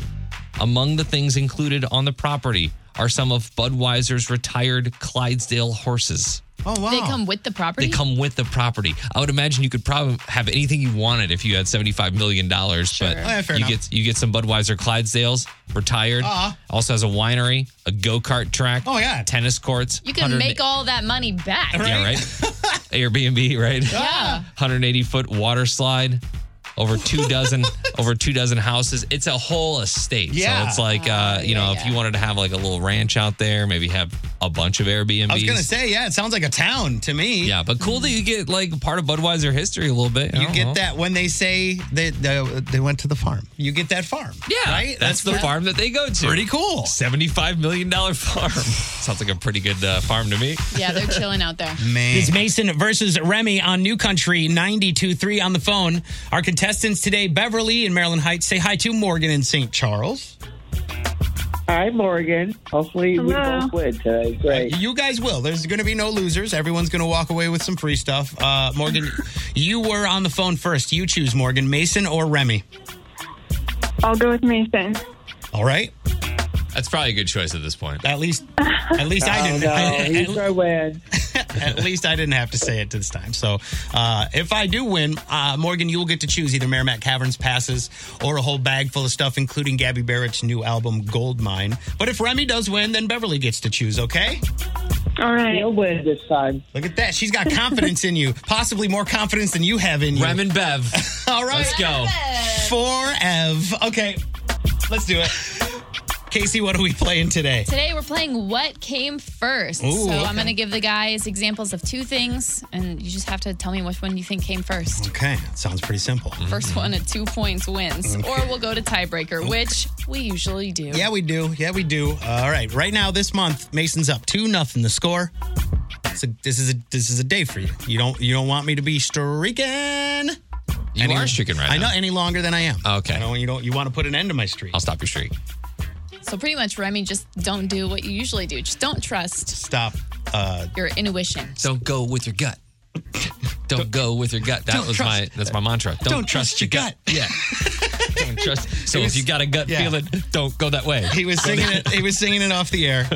Speaker 3: Among the things included on the property are some of Budweiser's retired Clydesdale horses.
Speaker 2: Oh, wow.
Speaker 4: They come with the property.
Speaker 3: They come with the property. I would imagine you could probably have anything you wanted if you had seventy-five million dollars. But
Speaker 4: Oh,
Speaker 2: yeah, fair
Speaker 3: you
Speaker 2: enough.
Speaker 3: get you get some Budweiser Clydesdales, retired.
Speaker 2: Uh-huh.
Speaker 3: Also has a winery, a go-kart track.
Speaker 2: Oh, yeah.
Speaker 3: tennis courts.
Speaker 4: you can
Speaker 3: 100
Speaker 4: make all that money back.
Speaker 3: Yeah, right. Airbnb, right?
Speaker 4: Yeah.
Speaker 3: 180 foot water slide. Over two dozen, over two dozen houses. It's a whole estate.
Speaker 2: Yeah.
Speaker 3: So it's like, uh, you know, if you wanted to have like a little ranch out there, maybe have a bunch of Airbnbs.
Speaker 2: I was going to say, yeah, it sounds like a town to me.
Speaker 3: Yeah, but cool that you get like part of Budweiser history a little bit. I
Speaker 2: You
Speaker 3: don't
Speaker 2: get
Speaker 3: know.
Speaker 2: that when they say that they, they went to the farm. You get that farm.
Speaker 3: Yeah,
Speaker 2: Right?
Speaker 3: That's, the
Speaker 2: pretty-
Speaker 3: farm that they go to.
Speaker 2: Pretty cool.
Speaker 3: Seventy-five million dollar farm. Sounds like a pretty good uh, farm to me.
Speaker 4: Yeah, they're chilling out there.
Speaker 2: Man.
Speaker 8: It's Mason versus Remy on New Country 92.3 on the phone. Our contestants today, Beverly in Maryland Heights. Say hi to Morgan in St. Charles.
Speaker 9: Hi, Morgan. Hopefully,
Speaker 5: Hello.
Speaker 9: we both win today. Great.
Speaker 2: You guys will. There's going to be no losers. Everyone's going to walk away with some free stuff. Uh, Morgan, you were on the phone first. You choose Morgan, Mason, or Remy.
Speaker 5: I'll go with Mason.
Speaker 2: All right.
Speaker 3: That's probably a good choice at this point.
Speaker 2: At least, at least I
Speaker 9: Oh,
Speaker 2: didn't.
Speaker 9: no.
Speaker 2: I-
Speaker 9: He's our win.
Speaker 2: at least I didn't have to say it this time. So, uh, if I do win, uh, Morgan, you will get to choose either Merrimack Caverns passes or a whole bag full of stuff, including Gabby Barrett's new album Goldmine. But if Remy does win, then Beverly gets to choose. Okay?
Speaker 5: All right.
Speaker 9: He'll win this time.
Speaker 2: Look at that. She's got confidence in you, possibly more confidence than you have in you.
Speaker 3: Rem and Bev.
Speaker 2: All right.
Speaker 3: Let's go.
Speaker 2: For Ev. Okay, let's do it. Casey, what are we playing today?
Speaker 4: Today we're playing what came first.
Speaker 2: Ooh,
Speaker 4: so
Speaker 2: okay.
Speaker 4: I'm going to give the guys examples of two things, and you just have to tell me which one you think came first.
Speaker 2: Okay, that sounds pretty simple.
Speaker 4: First one at two points wins, or we'll go to tiebreaker, which we usually do.
Speaker 2: Yeah, we do. Yeah, we do. Uh, All right. Right now, this month, Mason's up two nothing. The score. So this is a this is a day for you. You don't you don't want me to be streaking.
Speaker 3: You are streaking right
Speaker 2: I know
Speaker 3: now.
Speaker 2: any longer than I am.
Speaker 3: Okay.
Speaker 2: I don't, you don't you want to put an end to my streak.
Speaker 3: I'll stop your streak.
Speaker 4: So pretty much, Remy, just don't do what you usually do. Just don't trust
Speaker 2: stop. Uh,
Speaker 4: your intuition.
Speaker 3: Don't go with your gut. Don't go with your gut. That
Speaker 2: Don't
Speaker 3: was my
Speaker 2: trust-
Speaker 3: that's my mantra. Don't,
Speaker 2: Don't trust your
Speaker 3: Yeah. don't trust. So if you got a gut
Speaker 2: yeah.
Speaker 3: feeling, don't go that way.
Speaker 2: he was singing it. He was singing it off the air,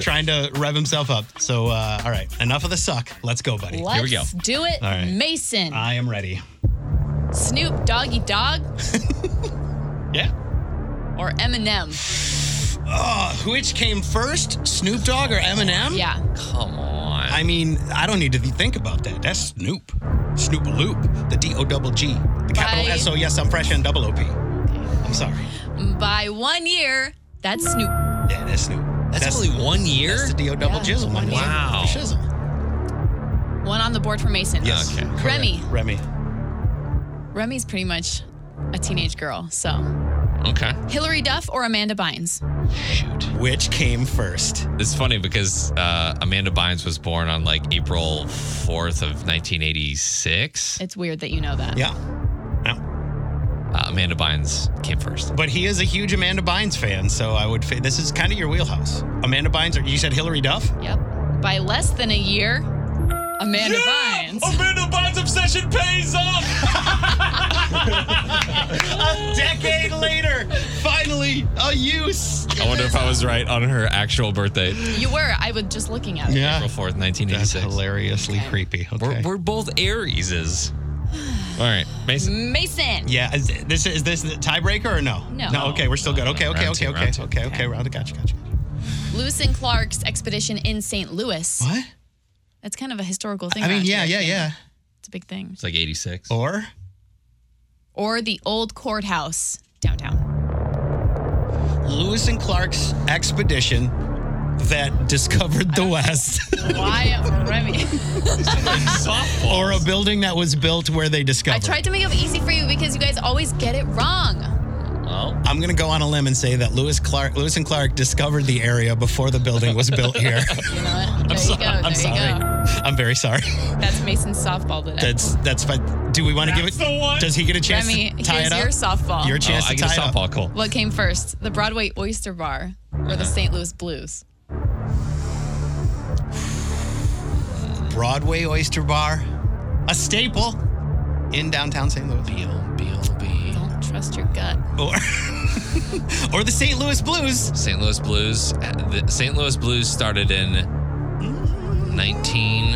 Speaker 2: trying to rev himself up. So uh, all right, enough of the suck. Let's go, buddy.
Speaker 4: Let's
Speaker 3: Here we go. Uh,
Speaker 4: do it,
Speaker 2: All right.
Speaker 4: Mason.
Speaker 2: I am ready.
Speaker 4: Snoop Doggy Dog
Speaker 2: Yeah.
Speaker 4: or Eminem?
Speaker 2: Uh, which came first, Snoop Dogg or Eminem?
Speaker 4: Yeah.
Speaker 3: Come on.
Speaker 2: I mean, I don't need to think about that. That's Snoop. Snoop Loop. The D O double G. The capital
Speaker 4: Bye.
Speaker 2: S O. Yes, I'm fresh and double O P. I'm sorry.
Speaker 4: By one year, that's Snoop.
Speaker 2: Yeah, that's Snoop.
Speaker 3: that's, only one year.
Speaker 2: That's the D O double
Speaker 4: Yeah.
Speaker 2: jizzle. one.
Speaker 3: Wow.
Speaker 2: Shizzle.
Speaker 4: One on the board for Mason.
Speaker 3: Yes. Okay.
Speaker 4: Remy.
Speaker 2: Remy.
Speaker 4: Remy's pretty much a teenage girl, so
Speaker 3: okay.
Speaker 4: Hillary Duff or Amanda Bynes?
Speaker 3: Shoot.
Speaker 2: Which came first?
Speaker 3: It's funny because uh, Amanda Bynes was born on like April 4th of 1986.
Speaker 4: It's weird that you know that.
Speaker 2: Yeah. Yeah.
Speaker 3: Uh, Amanda Bynes came first.
Speaker 2: But he is a huge Amanda Bynes fan, so I would. Fa- this is kind of your wheelhouse. Amanda Bynes, or you said Hillary Duff?
Speaker 4: Yep. By less than a year, Amanda Bynes.
Speaker 3: Amanda Bynes' obsession pays off.
Speaker 2: A decade later, finally, a use.
Speaker 3: I wonder if I was right on her actual birthday, April
Speaker 4: You were. I was just looking at it.
Speaker 3: 4th,
Speaker 2: That's
Speaker 3: 1986.
Speaker 2: hilariously
Speaker 4: Okay.
Speaker 2: creepy. Okay.
Speaker 3: We're, we're both Arieses. All right,
Speaker 2: Mm.
Speaker 3: Mason.
Speaker 4: Mason.
Speaker 2: Yeah, is this is this the tiebreaker or no?
Speaker 4: No.
Speaker 2: No. Okay, we're still good. Okay, okay,
Speaker 3: Round
Speaker 2: okay,
Speaker 3: two,
Speaker 2: okay,
Speaker 3: round two.
Speaker 2: okay, okay. Round. Gotcha, gotcha.
Speaker 4: Lewis and Clark's expedition in St. Louis.
Speaker 2: What?
Speaker 4: That's kind of a historical thing.
Speaker 2: I mean,
Speaker 4: around
Speaker 2: yeah,
Speaker 4: here.
Speaker 2: yeah, yeah.
Speaker 4: It's a big thing.
Speaker 3: It's like 86.
Speaker 2: Or
Speaker 4: Or the old courthouse downtown.
Speaker 2: Lewis and Clark's expedition that discovered the West,
Speaker 4: Why, uh, Remy?
Speaker 3: Softball.
Speaker 2: or a building that was built where they discovered.
Speaker 4: I tried to make it easy for you because you guys always get it wrong.
Speaker 3: Well,
Speaker 2: I'm gonna go on a limb and say that Lewis Clark, Lewis and Clark discovered the area before the building was built here.
Speaker 4: You know what? There you go. There
Speaker 2: I'm
Speaker 4: you
Speaker 2: sorry.
Speaker 4: go.
Speaker 2: I'm very sorry.
Speaker 4: That's Mason's softball today.
Speaker 2: That's that's fine. Do we want to give it?
Speaker 3: the one.
Speaker 2: Does he get a chance
Speaker 4: Remy,
Speaker 2: to tie
Speaker 4: here's
Speaker 2: it up?
Speaker 4: your softball.
Speaker 2: Your
Speaker 3: oh,
Speaker 2: chance
Speaker 3: I
Speaker 2: to
Speaker 3: get
Speaker 2: tie
Speaker 3: a
Speaker 2: it up.
Speaker 3: softball. Cool.
Speaker 4: What came first, the Broadway Oyster Bar or the St. Louis Blues?
Speaker 2: Broadway Oyster Bar, a staple in downtown St. Louis.
Speaker 3: BLB.
Speaker 4: Don't trust your gut.
Speaker 2: Or, or the St. Louis Blues.
Speaker 3: St. Louis Blues. uh, The St. Louis Blues started in 19.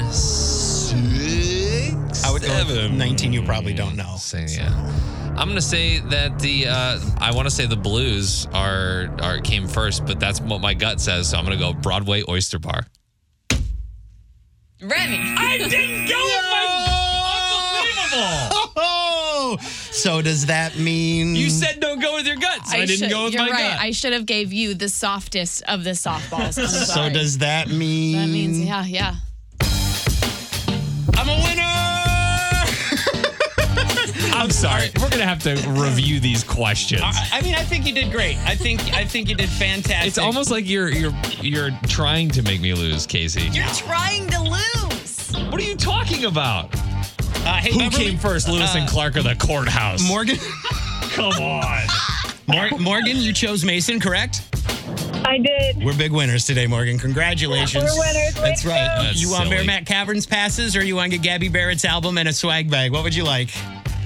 Speaker 3: dude.
Speaker 2: 19 you probably don't know.
Speaker 3: Say, yeah. I'm gonna say that the uh, I want to say the blues are are came first, but that's what my gut says. So I'm gonna go Broadway Oyster Bar.
Speaker 4: Remy.
Speaker 8: I didn't go with my. Unbelievable.
Speaker 2: Oh, so does that mean
Speaker 3: You said don't go with your gut, so I, didn't
Speaker 4: should-
Speaker 3: go with
Speaker 4: you're
Speaker 3: my
Speaker 4: right.
Speaker 3: gut.
Speaker 4: I should have gave you the softest of the softballs.
Speaker 2: So
Speaker 4: I'm sorry.
Speaker 2: does that mean
Speaker 4: that means yeah, yeah.
Speaker 8: I'm a winner.
Speaker 3: I'm sorry. We're gonna have to review these questions.
Speaker 8: I I mean, I think you did great. I think I think you did fantastic.
Speaker 3: It's almost like you're you're you're trying to make me lose, Casey.
Speaker 7: You're trying to lose.
Speaker 3: What are you talking about? Uh,
Speaker 8: Uh, hey,
Speaker 3: Who
Speaker 8: Beverly-
Speaker 3: came first, Lewis and Clark or the courthouse?
Speaker 2: Morgan?
Speaker 3: Come on.
Speaker 8: Mor- Morgan, you chose Mason, correct?
Speaker 5: I did.
Speaker 2: We're big winners today, Morgan. Congratulations.
Speaker 5: We're winners. Way
Speaker 2: That's
Speaker 5: to
Speaker 2: right.
Speaker 5: go.
Speaker 3: That's
Speaker 8: you want
Speaker 3: silly.
Speaker 8: Bear Mac Caverns passes, or you want to get Gabby Barrett's album and a swag bag? What would you like?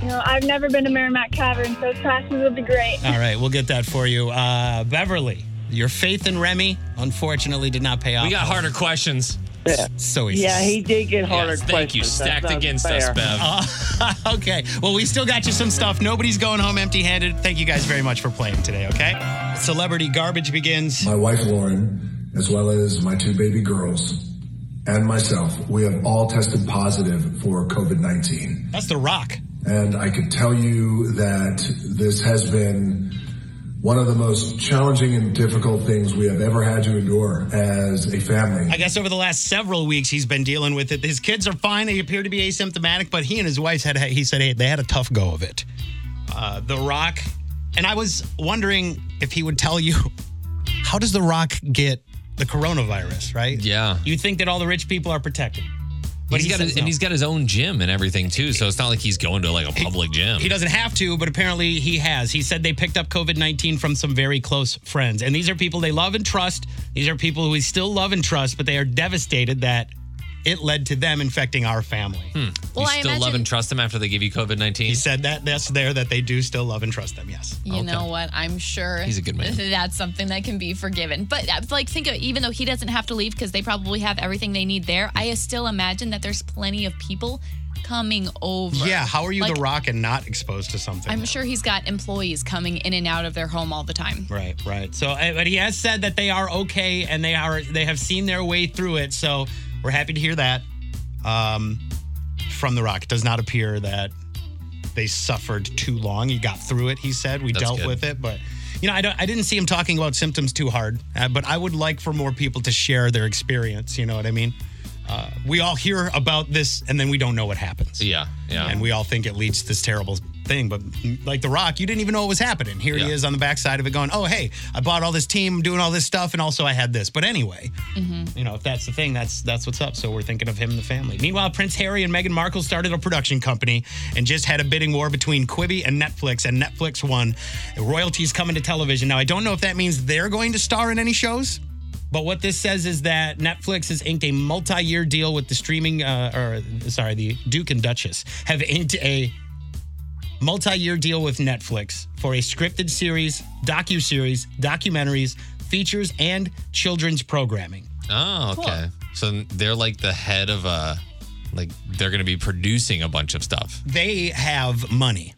Speaker 5: You know, I've never been to Merrimack Cavern, so classes would be great.
Speaker 8: All right, we'll get that for you, uh, Beverly. Your faith in Remy unfortunately did not pay off.
Speaker 3: We got harder questions.
Speaker 8: so easy.
Speaker 9: Yeah, he did get harder
Speaker 3: Yes, thank you.
Speaker 9: questions.
Speaker 3: Stacked
Speaker 9: That's
Speaker 3: against us,
Speaker 9: unfair.
Speaker 3: Bev.
Speaker 2: okay. Well, we still got you some stuff. Nobody's going home empty handed. Thank you guys very much for playing today, okay? Celebrity garbage begins.
Speaker 10: My wife Lauren, as well as my two baby girls, and myself, we have all tested positive for COVID 19.
Speaker 2: That's The Rock.
Speaker 10: And I can tell you that this has been one of the most challenging and difficult things we have ever had to endure as a family.
Speaker 2: I guess over the last several weeks, he's been dealing with it. His kids are fine. They appear to be asymptomatic, but he and his wife had, he said, hey, they had a tough go of it. Uh, the Rock. And I was wondering if he would tell you how does The Rock get the coronavirus, right?
Speaker 3: Yeah.
Speaker 8: You think that all the rich people are protected,
Speaker 3: But
Speaker 8: he
Speaker 3: he's got
Speaker 8: says
Speaker 3: his,
Speaker 8: no.
Speaker 3: and he's got his own gym and everything too, so it's not like he's going to like a public gym.
Speaker 8: He doesn't have to, but apparently he has. He said they picked up COVID 19 from some very close friends. And these are people they love and trust. These are people who we still love and trust, but they are devastated that it led to them infecting our family.
Speaker 4: Well,
Speaker 3: you
Speaker 4: I
Speaker 3: still
Speaker 4: imagine
Speaker 3: love and trust him after they give you COVID nineteen.
Speaker 2: He said that that's there that they do still love and trust them. Yes.
Speaker 4: You know what? I'm sure
Speaker 3: He's a good man.
Speaker 4: That's something that can be forgiven. But uh, like, think of even though he doesn't have to leave because they probably have everything they need there. I still imagine that there's plenty of people coming over.
Speaker 2: Yeah. How are you
Speaker 4: Like,
Speaker 2: the rock and not exposed to something?
Speaker 4: I'm sure he's got employees coming in and out of their home all the time.
Speaker 2: Right, right. eh,
Speaker 8: So, uh, but he has said that they are okay and they are they have seen their way through it. So
Speaker 2: We're happy to hear that. Um from the rock. It does not appear that they suffered too long. He got through it, he said. We
Speaker 3: That's
Speaker 2: dealt
Speaker 3: good.
Speaker 2: with it, but you know, I don't I didn't see him talking about symptoms too hard, uh, but I would like for more people to share their experience, you know what I mean? Uh, we all hear about this and then we don't know what happens.
Speaker 3: Yeah, yeah.
Speaker 2: and we all think it leads to this terrible thing. But mm, like The Rock, you didn't even know it was happening. Here he
Speaker 3: Yeah.
Speaker 2: is on the backside of it going, oh, hey, I bought all this team, I'm doing all this stuff, and also I had this. But anyway, you know, if that's the thing, that's that's what's up. So we're thinking of him and the family. Meanwhile, Prince Harry and Meghan Markle started a production company and just had a bidding war between Quibi and Netflix, and Netflix won. Royalties coming to television. Now, I don't know if that means they're going to star in any shows.
Speaker 8: But what this says is that Netflix has inked a multi-year deal with the streaming, uh, or sorry, the Duke and Duchess have inked a multi-year deal with Netflix for a scripted series, docu-series, documentaries, features, and children's programming.
Speaker 3: oh, okay. So they're like the head of a, like they're going to be producing a bunch of stuff.
Speaker 2: They have money.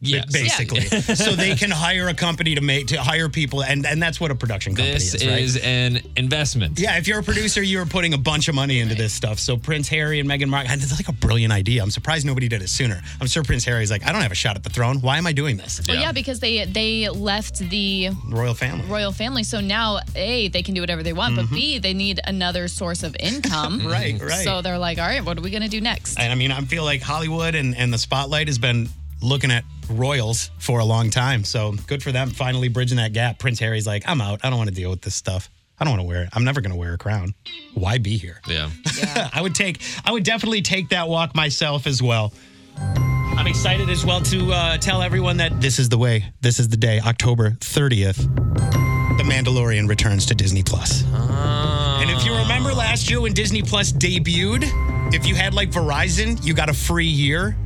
Speaker 3: Yes.
Speaker 2: basically. so they can hire a company to make to hire people, and and that's what a production company
Speaker 3: This
Speaker 2: is, right?
Speaker 3: is an investment.
Speaker 2: yeah, if you're a producer, you're putting a bunch of money into this stuff. So Prince Harry and Meghan Markle, and it's like a brilliant idea. I'm surprised nobody did it sooner. I'm sure Prince Harry's like, I don't have a shot at the throne. Why am I doing this?
Speaker 4: Well,
Speaker 3: Yeah.
Speaker 4: yeah, because they they left the
Speaker 2: Royal family.
Speaker 4: royal family, so now a they can do whatever they want,
Speaker 3: Mm-hmm.
Speaker 4: but b they need another source of income.
Speaker 2: Right, right.
Speaker 4: Mm-hmm. So they're like, all right, what are we gonna do next?
Speaker 2: and I mean, I feel like Hollywood and and the spotlight has been looking at royals for a long time. So good for them finally bridging that gap. Prince Harry's like, I'm out. I don't want to deal with this stuff. I don't want to wear it. I'm never going to wear a crown. Why be here?
Speaker 3: Yeah.
Speaker 2: I would take. I would definitely take that walk myself as well.
Speaker 8: I'm excited as well to uh, tell everyone that
Speaker 2: This is the way. This is the day. October 30th. The Mandalorian returns to Disney Plus. And if you remember last year when Disney Plus debuted, if you had like Verizon, you got a free year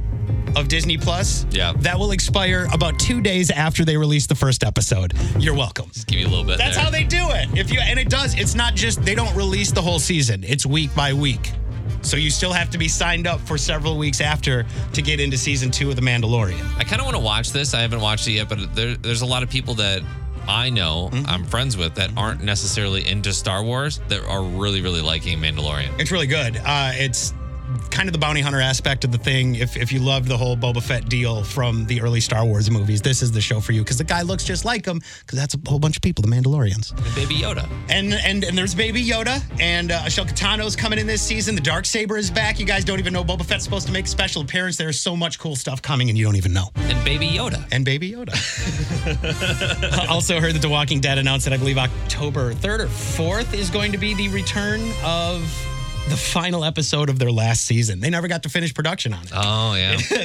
Speaker 2: of Disney Plus.
Speaker 3: Yeah.
Speaker 2: That will expire about 2 days after they release the first episode. You're welcome.
Speaker 3: Give me a little bit.
Speaker 2: That's
Speaker 3: there.
Speaker 2: how they do it. If you and it does, it's not just they don't release the whole season. It's week by week. So you still have to be signed up for several weeks after to get into season two of The Mandalorian.
Speaker 3: I kind of want to watch this. I haven't watched it yet, but there, there's a lot of people that I know
Speaker 2: Mm-hmm.
Speaker 3: I'm friends with that aren't necessarily into Star Wars that are really, really liking Mandalorian.
Speaker 2: It's really good. Uh, it's kind of the bounty hunter aspect of the thing. If, if you loved the whole Boba Fett deal from the early Star Wars movies, this is the show for you because the guy looks just like him because that's a whole bunch of people, the Mandalorians.
Speaker 3: The Baby Yoda.
Speaker 2: And and and there's Baby Yoda and uh, Ahsoka Tano's coming in this season. The Dark Saber is back. You guys don't even know Boba Fett's supposed to make a special appearance. There's so much cool stuff coming, and you don't even know.
Speaker 3: And Baby Yoda.
Speaker 2: And Baby Yoda. I also heard that The Walking Dead announced that I believe October 3rd or 4th is going to be the return of the final episode of their last season. They never got to finish production on it.
Speaker 3: Oh, yeah.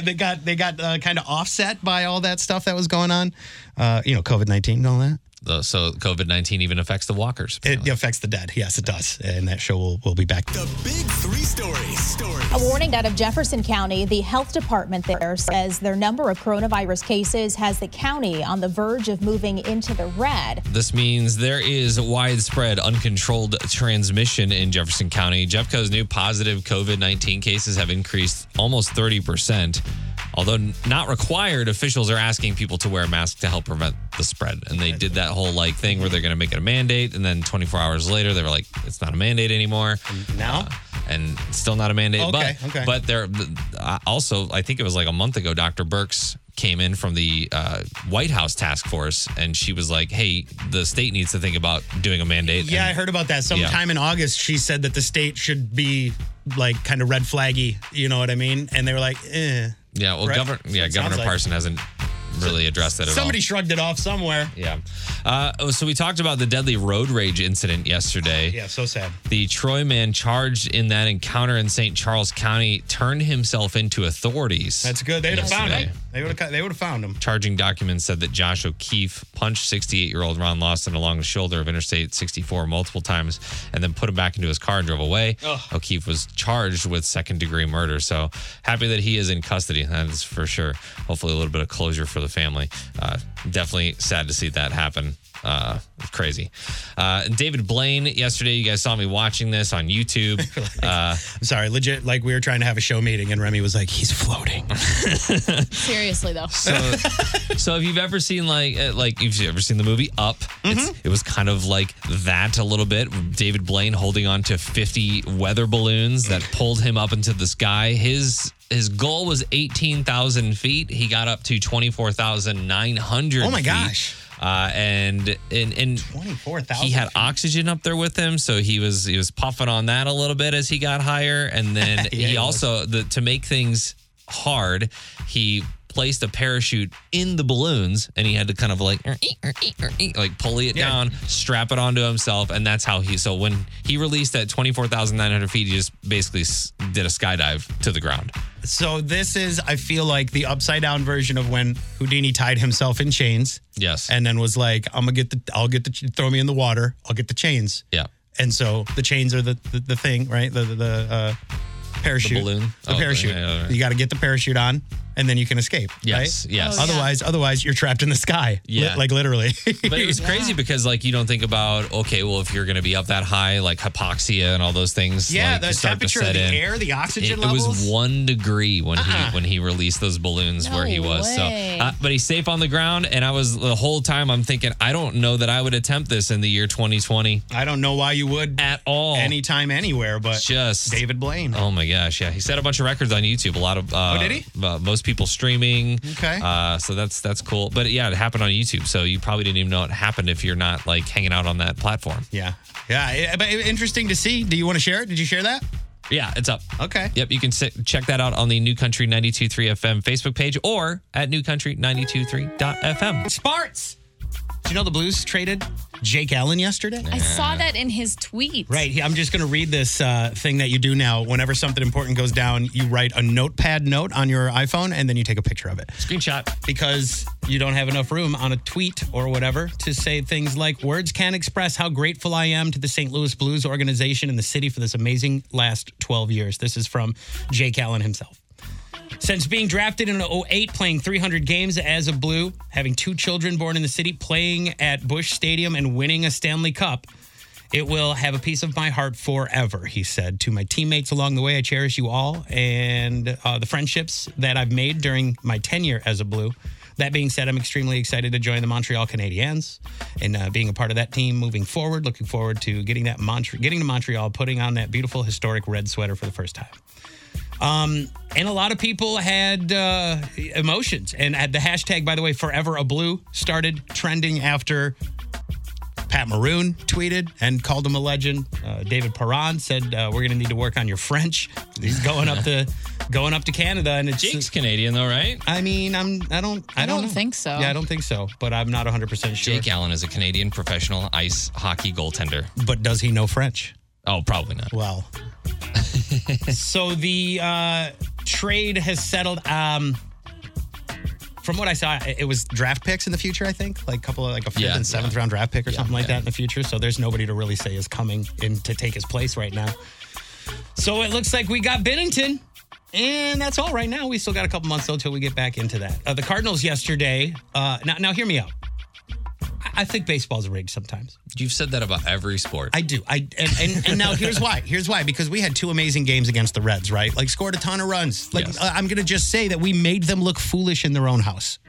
Speaker 2: they got they got uh, kind of offset by all that stuff that was going on. Uh, you know, COVID nineteen and all that.
Speaker 3: The- so COVID 19 even affects the walkers.
Speaker 2: It affects the dead. Yes, it does. And that show will, will be back.
Speaker 1: The big three stories. Stories.
Speaker 10: A warning out of Jefferson County, the health department there says their number of coronavirus cases has the county on the verge of moving into the red.
Speaker 3: This means there is widespread uncontrolled transmission in Jefferson County. Jeffco's new positive COVID 19 cases have increased almost 30%. Although n- not required, officials are asking people to wear a mask to help prevent the spread. And they did that whole like thing where they're going to make it a mandate. And then 24 hours later, they were like, it's not a mandate anymore.
Speaker 2: Now?
Speaker 3: And it's still not a mandate.
Speaker 2: Okay,
Speaker 3: but,
Speaker 2: okay.
Speaker 3: but there uh, also, I think it was like a month ago, Dr. Burks came in from the uh, White House task force and she was like, hey, the state needs to think about doing a mandate.
Speaker 2: Yeah,
Speaker 3: And-
Speaker 2: I heard about that. Sometime in August, she said that the state should be like kind of red flaggy. You know what I mean? And they were like, eh.
Speaker 3: Yeah, well,
Speaker 2: Right?
Speaker 3: Governor, yeah,
Speaker 2: It sounds
Speaker 3: Governor
Speaker 2: like-
Speaker 3: Parson hasn't really addressed that at
Speaker 2: Somebody
Speaker 3: all.
Speaker 2: shrugged it off somewhere.
Speaker 3: yeah. Uh, oh, so we talked about the deadly road rage incident yesterday.
Speaker 2: Yeah, so sad.
Speaker 3: The Troy man charged in that encounter in St. Charles County turned himself into authorities.
Speaker 2: That's good. They would have
Speaker 3: Yesterday.
Speaker 2: found him. They would have. They would have found him.
Speaker 3: Charging documents said that Josh O'Keefe punched 68 year old Ron Lawson along the shoulder of Interstate 64 multiple times and then put him back into his car and drove away. O'Keefe was charged with second degree murder. So happy that he is in custody. That is for sure. Hopefully, a little bit of closure for the family. Uh, definitely sad to see that happen. Uh, crazy. Uh, and David Blaine, yesterday, you guys saw me watching this on YouTube. Uh,
Speaker 2: I'm sorry. Legit, like we were trying to have a show meeting, and Remy was like, "He's floating."
Speaker 4: Seriously though.
Speaker 3: So, so if you've ever seen like uh, like if you've ever seen the movie Up,
Speaker 2: Mm-hmm.
Speaker 3: it's, it was kind of like that a little bit. David Blaine holding on to 50 weather balloons that pulled him up into the sky. His his goal was 18,000 feet. He got up to 24,900.
Speaker 2: Oh my
Speaker 3: feet.
Speaker 2: gosh.
Speaker 3: Uh, and and and
Speaker 2: Twenty-four thousand.
Speaker 3: he had oxygen up there with him, so he was he was puffing on that a little bit as he got higher, and then
Speaker 2: Yeah, he
Speaker 3: he also the, to make things hard, he placed a parachute in the balloons, and he had to kind of like er, ee, er, ee, er, ee, like pull it
Speaker 2: Yeah.
Speaker 3: down, strap it onto himself, and that's how he. So when he released at twenty four thousand nine hundred feet, he just basically s- did a skydive to the ground.
Speaker 2: So this is, I feel like, the upside down version of when Houdini tied himself in chains
Speaker 3: Yes,
Speaker 2: and then was like, "I'm gonna get the. I'll get the. ch- Throw me in the water. I'll get the chains."
Speaker 3: yeah,
Speaker 2: And so the chains are the the, the thing, right? The the, the uh, parachute,
Speaker 3: balloon?
Speaker 2: the
Speaker 3: Oh,
Speaker 2: parachute.
Speaker 3: yeah, yeah, yeah.
Speaker 2: You got to get the parachute on, and then you can escape.
Speaker 3: yes,
Speaker 2: right?
Speaker 3: yes.
Speaker 4: Oh, yeah.
Speaker 2: Otherwise, otherwise you're trapped in the sky. Li-
Speaker 3: Yeah.
Speaker 2: like literally.
Speaker 3: But it was crazy because like you don't think about okay, well if you're going to be up that high, like hypoxia and all those things. like, start to set in.
Speaker 2: the
Speaker 3: It,
Speaker 2: oxygen Uh-uh.
Speaker 3: it was one degree when he when he released those balloons where he
Speaker 4: No
Speaker 3: was.
Speaker 4: way.
Speaker 3: So, uh, but he's safe on the ground, and I was the whole time I'm thinking I don't know that I would attempt this in the year 2020
Speaker 2: I don't know why you would
Speaker 3: at all.
Speaker 2: anytime, anywhere, but
Speaker 3: Just
Speaker 2: David Blaine.
Speaker 3: Oh my gosh, yeah, he set a bunch of records on YouTube. A lot of uh,
Speaker 2: Oh, did he?
Speaker 3: Uh, most people streaming.
Speaker 2: Okay.
Speaker 3: uh, so that's that's cool. But yeah, it happened on YouTube, so you probably didn't even know it happened if you're not like hanging out on that platform.
Speaker 2: Yeah. Yeah. it- but it- interesting to see. Do you want to share it? Did you share that?
Speaker 3: Yeah, it's up.
Speaker 2: Okay.
Speaker 3: Yep, you can sit, check that out on the New Country 923 FM Facebook page or at newcountry923.fm.
Speaker 2: Sparts. Do you know the Blues traded Jake Allen yesterday?
Speaker 4: I saw that in his tweet.
Speaker 2: Right. here, I'm just going to read this uh, thing that you do now. Whenever something important goes down, you write a notepad note on your iPhone and then you take a picture of it
Speaker 3: Screenshot.
Speaker 2: because you don't have enough room on a tweet or whatever to say things like words can't express how grateful I am to the St. Louis Blues organization and the city for this amazing last 12 years. This is from Jake Allen himself. Since being drafted in 08, playing 300 games as a Blue, having two children born in the city, playing at Bush Stadium, and winning a Stanley Cup, It will have a piece of my heart forever, he said. To my teammates along the way, I cherish you all and uh, the friendships that I've made during my tenure as a Blue. That being said, I'm extremely excited to join the Montreal Canadiens and uh, being a part of that team moving forward. Looking forward to getting that Montre- getting to Montreal, putting on that beautiful historic red sweater for the first time. Um, and a lot of people had uh, emotions. And had the hashtag, by the way, Forever a Blue started trending after Pat Maroon tweeted and called him a legend. Uh, David Perron said, uh, "We're going to need to work on your French." He's going up to going up to Canada, and it's
Speaker 3: Jake's Canadian though, right?
Speaker 2: I mean, I'm I don't I,
Speaker 4: I don't
Speaker 2: know.
Speaker 4: think so.
Speaker 2: Yeah, I don't think so, but I'm not 100 percent sure.
Speaker 3: Jake Allen is a Canadian professional ice hockey goaltender.
Speaker 2: But does he know French?
Speaker 3: Oh, probably not.
Speaker 2: Well, so the uh, trade has settled. Um, from what I saw, it it was draft picks in the future. I think like a couple of like a fifth
Speaker 3: Yeah,
Speaker 2: and seventh
Speaker 3: yeah.
Speaker 2: round draft pick or
Speaker 3: Yeah,
Speaker 2: something like
Speaker 3: yeah.
Speaker 2: that in the future. So there's nobody to really say is coming in to take his place right now. So it looks like we got Bennington. And that's all right now. We still got a couple months though till we get back into that. Uh, the Cardinals yesterday. Uh, now, now hear me out. I, I think baseball's rigged sometimes.
Speaker 3: You've said that about every sport.
Speaker 2: I do. I and, and, and now here's why. Here's why. Because we had two amazing games against the Reds, right? Like scored a ton of runs. Like
Speaker 3: Yes.
Speaker 2: uh, I'm gonna just say that we made them look foolish in their own house.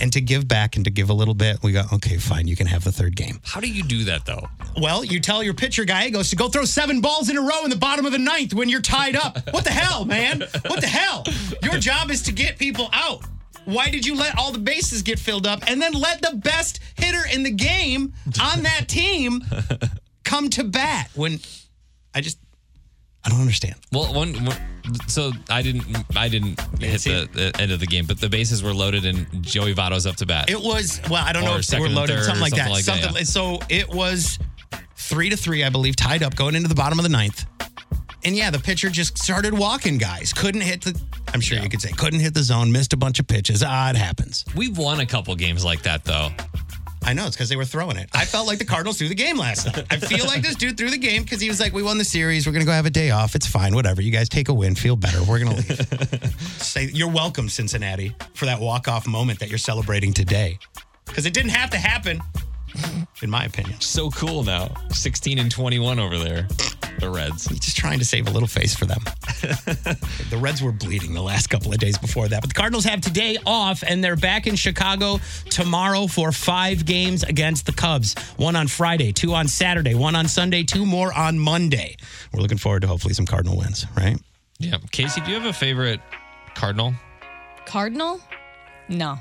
Speaker 2: And to give back and to give a little bit, we go, okay, fine, you can have the third game.
Speaker 3: How do you do that though?
Speaker 2: Well, you tell your pitcher guy, goes to go throw seven balls in a row in the bottom of the ninth when you're tied up. What the hell, man? What the hell? Your job is to get people out. Why did you let all the bases get filled up and then let the best hitter in the game on that team come to bat when I just, I don't understand.
Speaker 3: Well, one, one so I didn't I didn't hit
Speaker 2: see
Speaker 3: the, the end of the game, but the bases were loaded and Joey Votto's up to bat.
Speaker 2: It was well, I don't know
Speaker 3: Or
Speaker 2: if they were
Speaker 3: second and
Speaker 2: loaded,
Speaker 3: third or
Speaker 2: something like that.
Speaker 3: something like that,
Speaker 2: something. So it was three to three, I believe, tied up going into the bottom of the ninth. And yeah, the pitcher just started walking, guys. Couldn't hit the. I'm sure you could say couldn't hit the zone. Missed a bunch of pitches. Ah, it happens.
Speaker 3: We've won a couple games like that though.
Speaker 2: I know it's because they were throwing it. I felt like the Cardinals threw the game last night. I feel like this dude threw the game because he was like, "We won the series. We're gonna go have a day off. It's fine. Whatever. You guys take a win. Feel better. We're gonna leave." Say you're welcome, Cincinnati, for that walk off moment that you're celebrating today, because it didn't have to happen, in my opinion.
Speaker 3: So cool now. 16 and 21 over there. The Reds.
Speaker 2: Just trying to save a little face for them. the Reds were bleeding the last couple of days before that, but the Cardinals have today off, and they're back in Chicago tomorrow for five games against the Cubs. One on Friday, two on Saturday, one on Sunday, two more on Monday. We're looking forward to hopefully some Cardinal wins, right?
Speaker 3: Yeah. Casey, do you have a favorite Cardinal?
Speaker 4: Cardinal? No.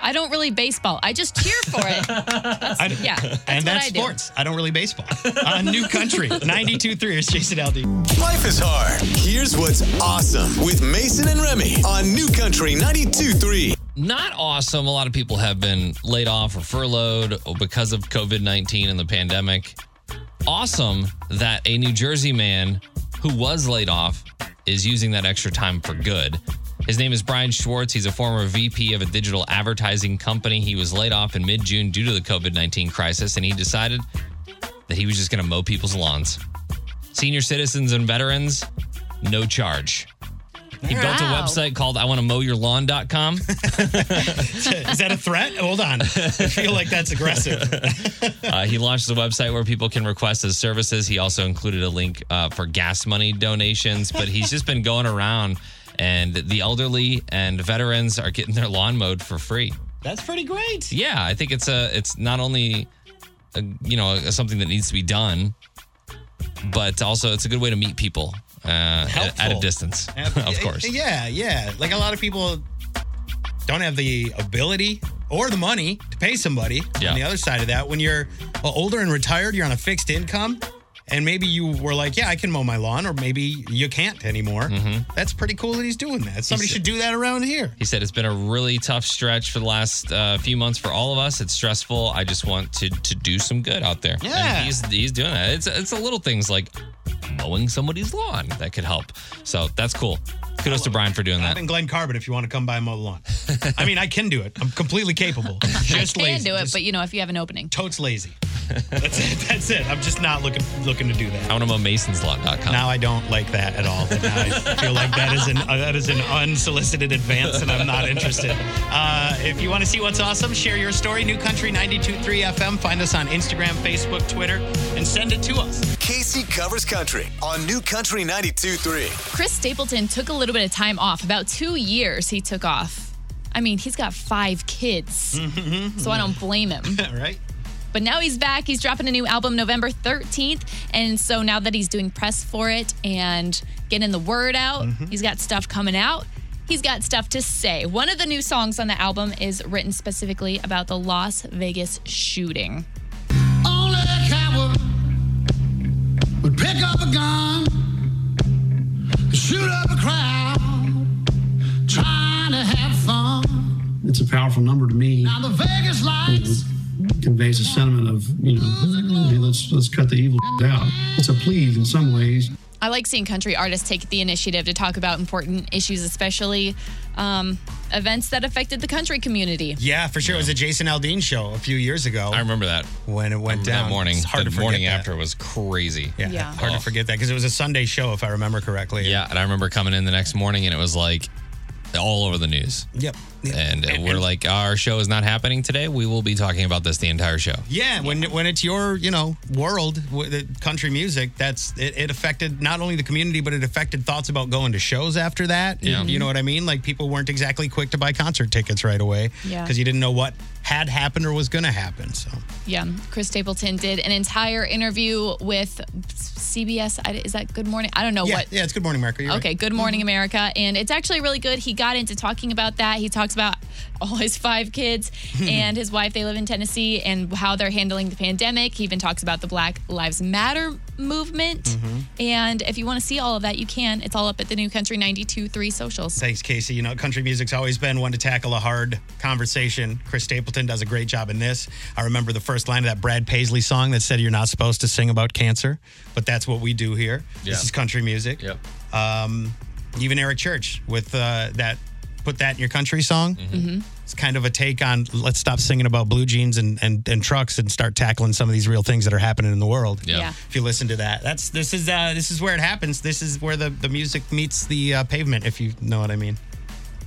Speaker 4: I don't really baseball. I just cheer for it. That's- yeah. That's
Speaker 2: and
Speaker 4: what
Speaker 2: that's
Speaker 4: I do.
Speaker 2: sports. I don't really baseball. on New Country, 92.3 is Jason Aldean.
Speaker 1: Life is hard. Here's what's awesome with Mason and Remy on New Country 92.3.
Speaker 3: Not awesome. A lot of people have been laid off or furloughed because of COVID 19 and the pandemic. Awesome that a New Jersey man who was laid off is using that extra time for good. His name is Brian Schwartz. He's a former VP of a digital advertising company. He was laid off in mid June due to the COVID 19 crisis, and he decided that he was just going to mow people's lawns. Senior citizens and veterans, no charge. He built a
Speaker 4: Wow.
Speaker 3: website called I want to mow your lawn.com.
Speaker 2: Is that a threat? Hold on. I feel like that's aggressive.
Speaker 3: Uh, he launched a website where people can request his services. He also included a link uh, for gas money donations, but he's just been going around, and the elderly and veterans are getting their lawn mowed for free.
Speaker 2: That's pretty great.
Speaker 3: Yeah, I think it's a it's not only a, you know something that needs to be done, but also it's a good way to meet people uh, at, at a
Speaker 2: Helpful.
Speaker 3: distance, of course.
Speaker 2: Yeah, yeah. Like a lot of people don't have the ability or the money to pay somebody.
Speaker 3: Yeah.
Speaker 2: On the other side of that, when you're well, older and retired, you're on a fixed income, and maybe you were like, "Yeah, I can mow my lawn," or maybe you can't anymore. That's pretty cool that he's doing that. Somebody
Speaker 3: Mm-hmm. He's-
Speaker 2: should do that around here.
Speaker 3: He said it's been a really tough stretch for the last uh, few months for all of us. It's stressful. I just want to to do some good out there.
Speaker 2: Yeah.
Speaker 3: and he's he's doing that. It's it's the little things like mowing somebody's lawn that could help. So that's cool. Kudos to Brian for doing
Speaker 2: I'm
Speaker 3: that.
Speaker 2: in Glen Carbon if you want to come by and mow the lawn. I mean, I can do it. I'm completely capable. Just
Speaker 4: Can
Speaker 2: lazy.
Speaker 4: do it,
Speaker 2: Just
Speaker 4: but you know, if you have an opening.
Speaker 2: totes lazy.
Speaker 8: That's it. That's it. I'm just not looking looking to do that.
Speaker 3: I want to know masonslot.com.
Speaker 2: Now I don't like that at all.
Speaker 8: But now I feel like that is an uh, that is an unsolicited advance, and I'm not interested. Uh, if you want to see what's awesome, share your story. New Country 92.3 FM. Find us on Instagram, Facebook, Twitter, and send it to us.
Speaker 1: Casey covers country on New Country 92.3.
Speaker 4: Chris Stapleton took a little bit of time off, about two years he took off. I mean, he's got five kids, so I don't blame him.
Speaker 8: All right.
Speaker 4: But now he's back. He's dropping a new album November 13th. And so now that he's doing press for it and getting the word out, he's got stuff coming out. He's got stuff to say. One of the new songs on the album is written specifically about the Las Vegas shooting.
Speaker 11: Only a coward would pick up a gun, shoot up a crowd, trying to have fun.
Speaker 12: It's a powerful number to me.
Speaker 11: Now the Vegas lights.
Speaker 12: It conveys a sentiment of, you know, hey, let's let's cut the evil out. It's a plea in some ways.
Speaker 4: I like seeing country artists take the initiative to talk about important issues, especially um, events that affected the country community.
Speaker 2: Yeah, for sure. It was a Jason Aldean show a few years ago.
Speaker 3: I remember that.
Speaker 2: when it went
Speaker 3: Remember
Speaker 2: down.
Speaker 3: That morning.
Speaker 2: It's hard to
Speaker 3: the
Speaker 2: forget
Speaker 3: morning
Speaker 2: that.
Speaker 3: after was crazy.
Speaker 2: Yeah,
Speaker 4: Yeah.
Speaker 2: hard
Speaker 3: Oh.
Speaker 2: to forget that because it was a Sunday show, if I remember correctly.
Speaker 3: Yeah, and I remember coming in the next morning and it was like all over the news.
Speaker 2: Yep.
Speaker 3: And, uh we're like, our show is not happening today. We will be talking about this the entire show.
Speaker 2: Yeah, when when it's your you know world, w- the country music, that's it, it affected not only the community, but it affected thoughts about going to shows after that. You-
Speaker 3: Yeah.
Speaker 2: You, know what I mean? Like people weren't exactly quick to buy concert tickets right away because
Speaker 4: Yeah.
Speaker 2: you didn't know what had happened or was going to happen. So
Speaker 4: Yeah, Chris Stapleton did an entire interview with CBS. I- Is that Good Morning? I don't know
Speaker 2: yeah,
Speaker 4: what.
Speaker 2: yeah, it's Good Morning America. You're right.
Speaker 4: Okay, Good Morning
Speaker 3: Mm-hmm.
Speaker 4: America. And it's actually really good. He got into talking about that. He talks about all his five kids and his wife. They live in Tennessee and how they're handling the pandemic. He even talks about the Black Lives Matter movement.
Speaker 3: Mm-hmm.
Speaker 4: And if you want to see all of that, you can. It's all up at the New Country 92.3 socials.
Speaker 2: Thanks, Casey. You know, country music's always been one to tackle a hard conversation. Chris Stapleton does a great job in this. I remember the first line of that Brad Paisley song that said, You're not supposed to sing about cancer, but that's what we do here.
Speaker 3: Yeah.
Speaker 2: This is country music.
Speaker 3: Yep.
Speaker 2: Um, even Eric Church with uh, that Put That in Your Country song.
Speaker 3: Mm-hmm.
Speaker 2: Mm-hmm. It's kind of a take on let's stop singing about blue jeans and, and, and trucks and start tackling some of these real things that are happening in the world.
Speaker 3: Yeah.
Speaker 4: Yeah.
Speaker 2: If you listen to that, that's this is uh, this is where it happens. This is where the, the music meets the uh, pavement, if you know what I mean.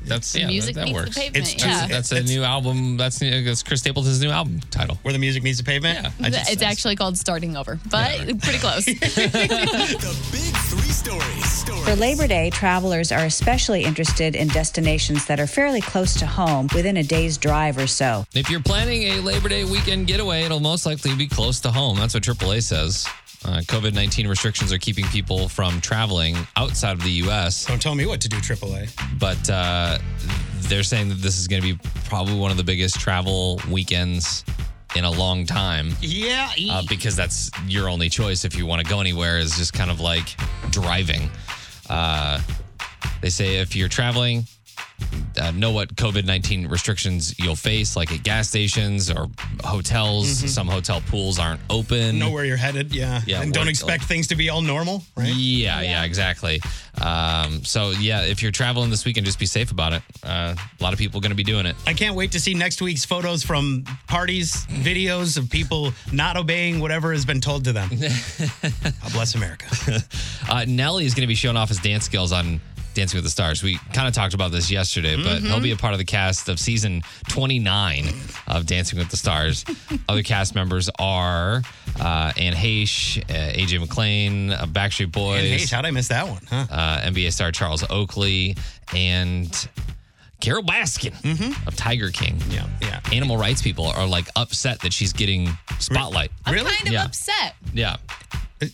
Speaker 3: That's yeah,
Speaker 4: Music
Speaker 3: that, that
Speaker 4: meets
Speaker 3: works.
Speaker 4: the pavement.
Speaker 2: It's
Speaker 4: yeah.
Speaker 2: Tuesday.
Speaker 3: That's a
Speaker 2: It's-
Speaker 3: new album. That's, new, that's Chris Stapleton's new album title.
Speaker 2: Where the music meets the pavement. I just-
Speaker 4: it's actually called Starting Over, but pretty close.
Speaker 1: The Big Three Stories.
Speaker 13: For
Speaker 1: Stories.
Speaker 13: Labor Day, travelers are especially interested in destinations that are fairly close to home within a day's drive or so.
Speaker 3: If you're planning a Labor Day weekend getaway, it'll most likely be close to home. That's what AAA says. Uh, COVID 19 restrictions are keeping people from traveling outside of the U.S.
Speaker 2: Don't tell me what to do, AAA.
Speaker 3: but uh, they're saying that this is going to be probably one of the biggest travel weekends in a long time
Speaker 8: Yeah. e-
Speaker 3: uh, because that's your only choice if you want to go anywhere is just kind of like driving. Uh, they say if you're traveling, uh, know what COVID 19 restrictions you'll face, like at gas stations or hotels. Some hotel pools aren't open.
Speaker 2: Know where you're headed. Yeah.
Speaker 3: Yeah,
Speaker 2: and don't
Speaker 3: work-
Speaker 2: expect things to be all normal, right?
Speaker 3: Yeah, yeah, exactly. Um, so, yeah, if you're traveling this weekend, just be safe about it. Uh, a lot of people going to be doing it.
Speaker 2: I can't wait to see next week's photos from parties, videos of people not obeying whatever has been told to them. God bless America.
Speaker 3: Uh, Nelly is going to be showing off his dance skills on Dancing with the Stars. We kind of talked about this yesterday, but he'll be a
Speaker 2: Mm-hmm.
Speaker 3: part of the cast of season 29 of Dancing with the Stars. Other cast members are uh, Anne Heche, uh, AJ McLean, uh, Backstreet
Speaker 2: And hey,
Speaker 3: Boys,
Speaker 2: how'd I miss that one? Huh?
Speaker 3: uh, NBA star Charles Oakley, and Carol Baskin of Tiger King.
Speaker 2: Mm-hmm. Yeah, yeah.
Speaker 3: Animal rights people are like upset that she's getting spotlight.
Speaker 4: I'm
Speaker 2: Really?
Speaker 4: kind of
Speaker 3: Yeah.
Speaker 4: upset.
Speaker 3: Yeah.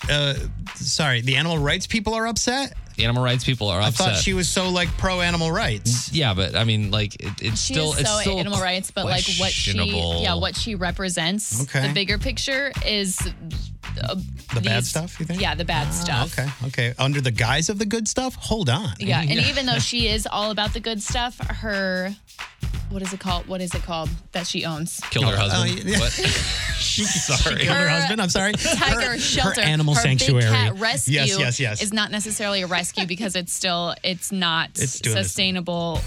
Speaker 2: Uh, sorry, the animal rights people are upset.
Speaker 3: Animal rights people are
Speaker 2: I thought
Speaker 3: upset.
Speaker 2: she was so like pro animal rights.
Speaker 3: Yeah, but I mean, like it, it's
Speaker 4: She
Speaker 3: still
Speaker 4: is
Speaker 3: it's
Speaker 4: so
Speaker 3: still
Speaker 4: animal rights, but like what she,
Speaker 3: questionable.
Speaker 4: yeah, what she represents.
Speaker 2: Okay.
Speaker 4: The bigger picture is uh,
Speaker 2: The bad stuff, you think? Ah, Oh,
Speaker 4: Yeah, the bad stuff.
Speaker 2: Okay, okay. Under the guise of the good stuff, hold on.
Speaker 4: Yeah, and even though she is all about the good stuff, her what is it called? What is it called that she owns?
Speaker 3: killed her husband.
Speaker 2: Oh, yeah.
Speaker 3: What?
Speaker 2: She,
Speaker 3: Sorry.
Speaker 2: she killed her
Speaker 4: Her
Speaker 2: husband. I'm sorry.
Speaker 4: Tiger
Speaker 2: her,
Speaker 4: shelter,
Speaker 2: Her animal
Speaker 4: her
Speaker 2: sanctuary.
Speaker 4: Big cat rescue
Speaker 2: Yes, yes, yes.
Speaker 4: is not necessarily a rescue because it's still it's not
Speaker 2: It's doing its-
Speaker 4: sustainable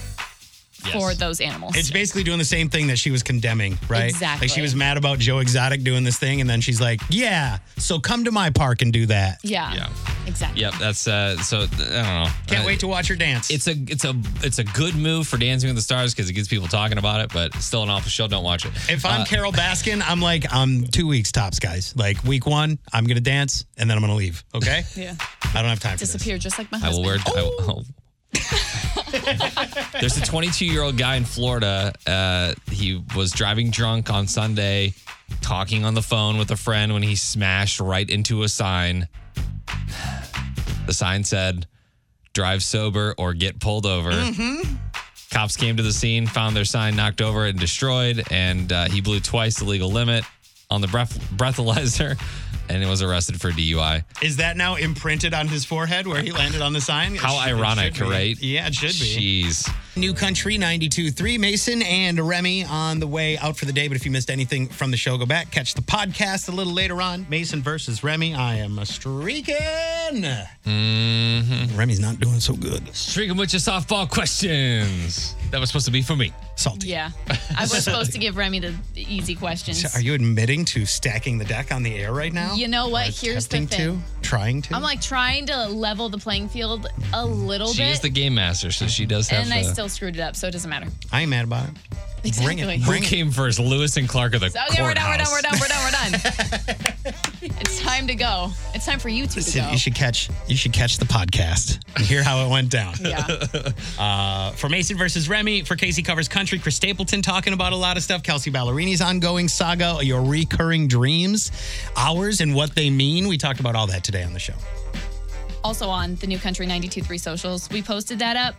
Speaker 4: for those animals.
Speaker 2: It's basically doing the same thing that she was condemning, right?
Speaker 4: Exactly.
Speaker 2: Like she was mad about Joe Exotic doing this thing, and then she's like, "Yeah, so come to my park and do that."
Speaker 4: yeah. Exactly.
Speaker 3: Yep, that's uh. So th- I don't know. Can't wait
Speaker 2: to watch her dance.
Speaker 3: Uh, It's a it's a it's a good move for Dancing with the Stars because it gets people talking about it. But still, an awful show. Don't watch it.
Speaker 2: If I'm
Speaker 3: Uh,
Speaker 2: Carol Baskin, I'm like, I'm two weeks tops, guys. Like week one, I'm gonna dance, and then I'm gonna leave. Okay?
Speaker 4: Yeah.
Speaker 2: I don't have time for this.
Speaker 4: Disappear just like my
Speaker 3: I
Speaker 4: husband. Oh,
Speaker 3: will wear. I will, There's a 22 year old guy in Florida. Uh, he was driving drunk on Sunday, talking on the phone with a friend when he smashed right into a sign. The sign said, "Drive sober or get pulled over."
Speaker 11: Mm-hmm.
Speaker 3: Cops came to the scene, found their sign knocked over and destroyed, and uh, he blew twice the legal limit on the breath- breathalyzer, and was arrested for DUI.
Speaker 2: Is that now imprinted on his forehead where he landed on the sign? It
Speaker 3: How
Speaker 2: should- it
Speaker 3: ironic,
Speaker 2: should be.
Speaker 3: right?
Speaker 2: Yeah, it should be.
Speaker 3: Jeez.
Speaker 2: New Country 92.3, Mason and Remy on the way out for the day. But if you missed anything from the show, go back, catch the podcast a little later on. Mason versus Remy. I am a streaking.
Speaker 3: Mm-hmm.
Speaker 2: Remy's not doing so good.
Speaker 3: Streaking with your softball questions. That was supposed to be for me.
Speaker 2: Salty.
Speaker 4: Yeah. I was supposed to give Remy the the easy questions.
Speaker 2: So are you admitting to stacking the deck on the air right now?
Speaker 4: You know what?
Speaker 2: Or
Speaker 4: Here's the
Speaker 2: attempting
Speaker 4: thing.
Speaker 2: To, trying to.
Speaker 4: I'm like trying to level the playing field a little
Speaker 3: She
Speaker 4: bit.
Speaker 3: is the game master, so she does have.
Speaker 4: and I
Speaker 3: the-
Speaker 4: still screwed it up, so it doesn't matter.
Speaker 2: I ain't mad about it. Bring
Speaker 4: Exactly.
Speaker 2: it. Bring it.
Speaker 3: Who came first, Lewis and Clark or the
Speaker 4: So, okay, we're done, we're done,
Speaker 3: courthouse?
Speaker 4: we're done, we're done, we're done. it's time to go. It's time for you two to
Speaker 2: Sid,
Speaker 4: go.
Speaker 2: you should catch you should catch the podcast and hear how it went down.
Speaker 4: Yeah.
Speaker 2: Uh, for Mason versus Remy, for Casey covers country, Chris Stapleton talking about a lot of stuff. Kelsey Ballerini's ongoing saga, your recurring dreams, ours, and what they mean. We talked about all that today on the show.
Speaker 4: Also on the New Country 92.3 socials, we posted that up.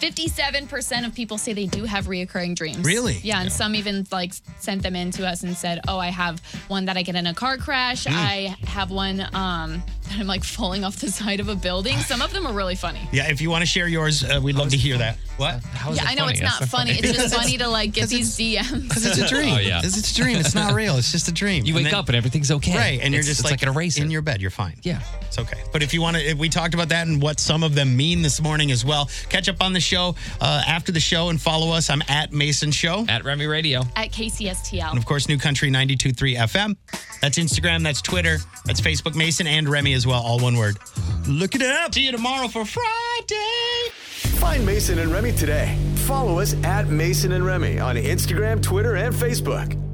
Speaker 4: 57% of people say they do have reoccurring dreams.
Speaker 2: Really?
Speaker 4: Yeah, and some even like sent them in to us and said, "Oh, I have one that I get in a car crash.
Speaker 2: Mm.
Speaker 4: I have one um that I'm like falling off the side of a building." Some of them are really funny.
Speaker 2: Yeah, if you want to share yours, uh, we'd love to hear that. What?
Speaker 4: yeah, I know it's not funny. It's just funny to like get these DMs.
Speaker 2: Because it's a dream.
Speaker 3: Oh, yeah.
Speaker 2: Because it's a dream. It's not real. It's just a dream.
Speaker 3: You
Speaker 2: And
Speaker 3: wake
Speaker 2: then-
Speaker 3: up and everything's okay.
Speaker 2: Right. And you're
Speaker 3: It's-
Speaker 2: just
Speaker 3: it's
Speaker 2: like,
Speaker 3: like an eraser.
Speaker 2: in your bed. You're fine.
Speaker 3: Yeah.
Speaker 2: It's okay. But if you want to, we talked about that and what some of them mean this morning as well. Catch up on the show uh, after the show and follow us. I'm at Mason Show.
Speaker 3: At Remy Radio.
Speaker 4: At KCSTL.
Speaker 2: And of course, New Country 92.3 FM. That's Instagram, that's Twitter, that's Facebook, Mason and Remy as well, all one word. Look it up. See you tomorrow for Friday.
Speaker 1: Find Mason and Remy today. Follow us at Mason and Remy on Instagram, Twitter, and Facebook.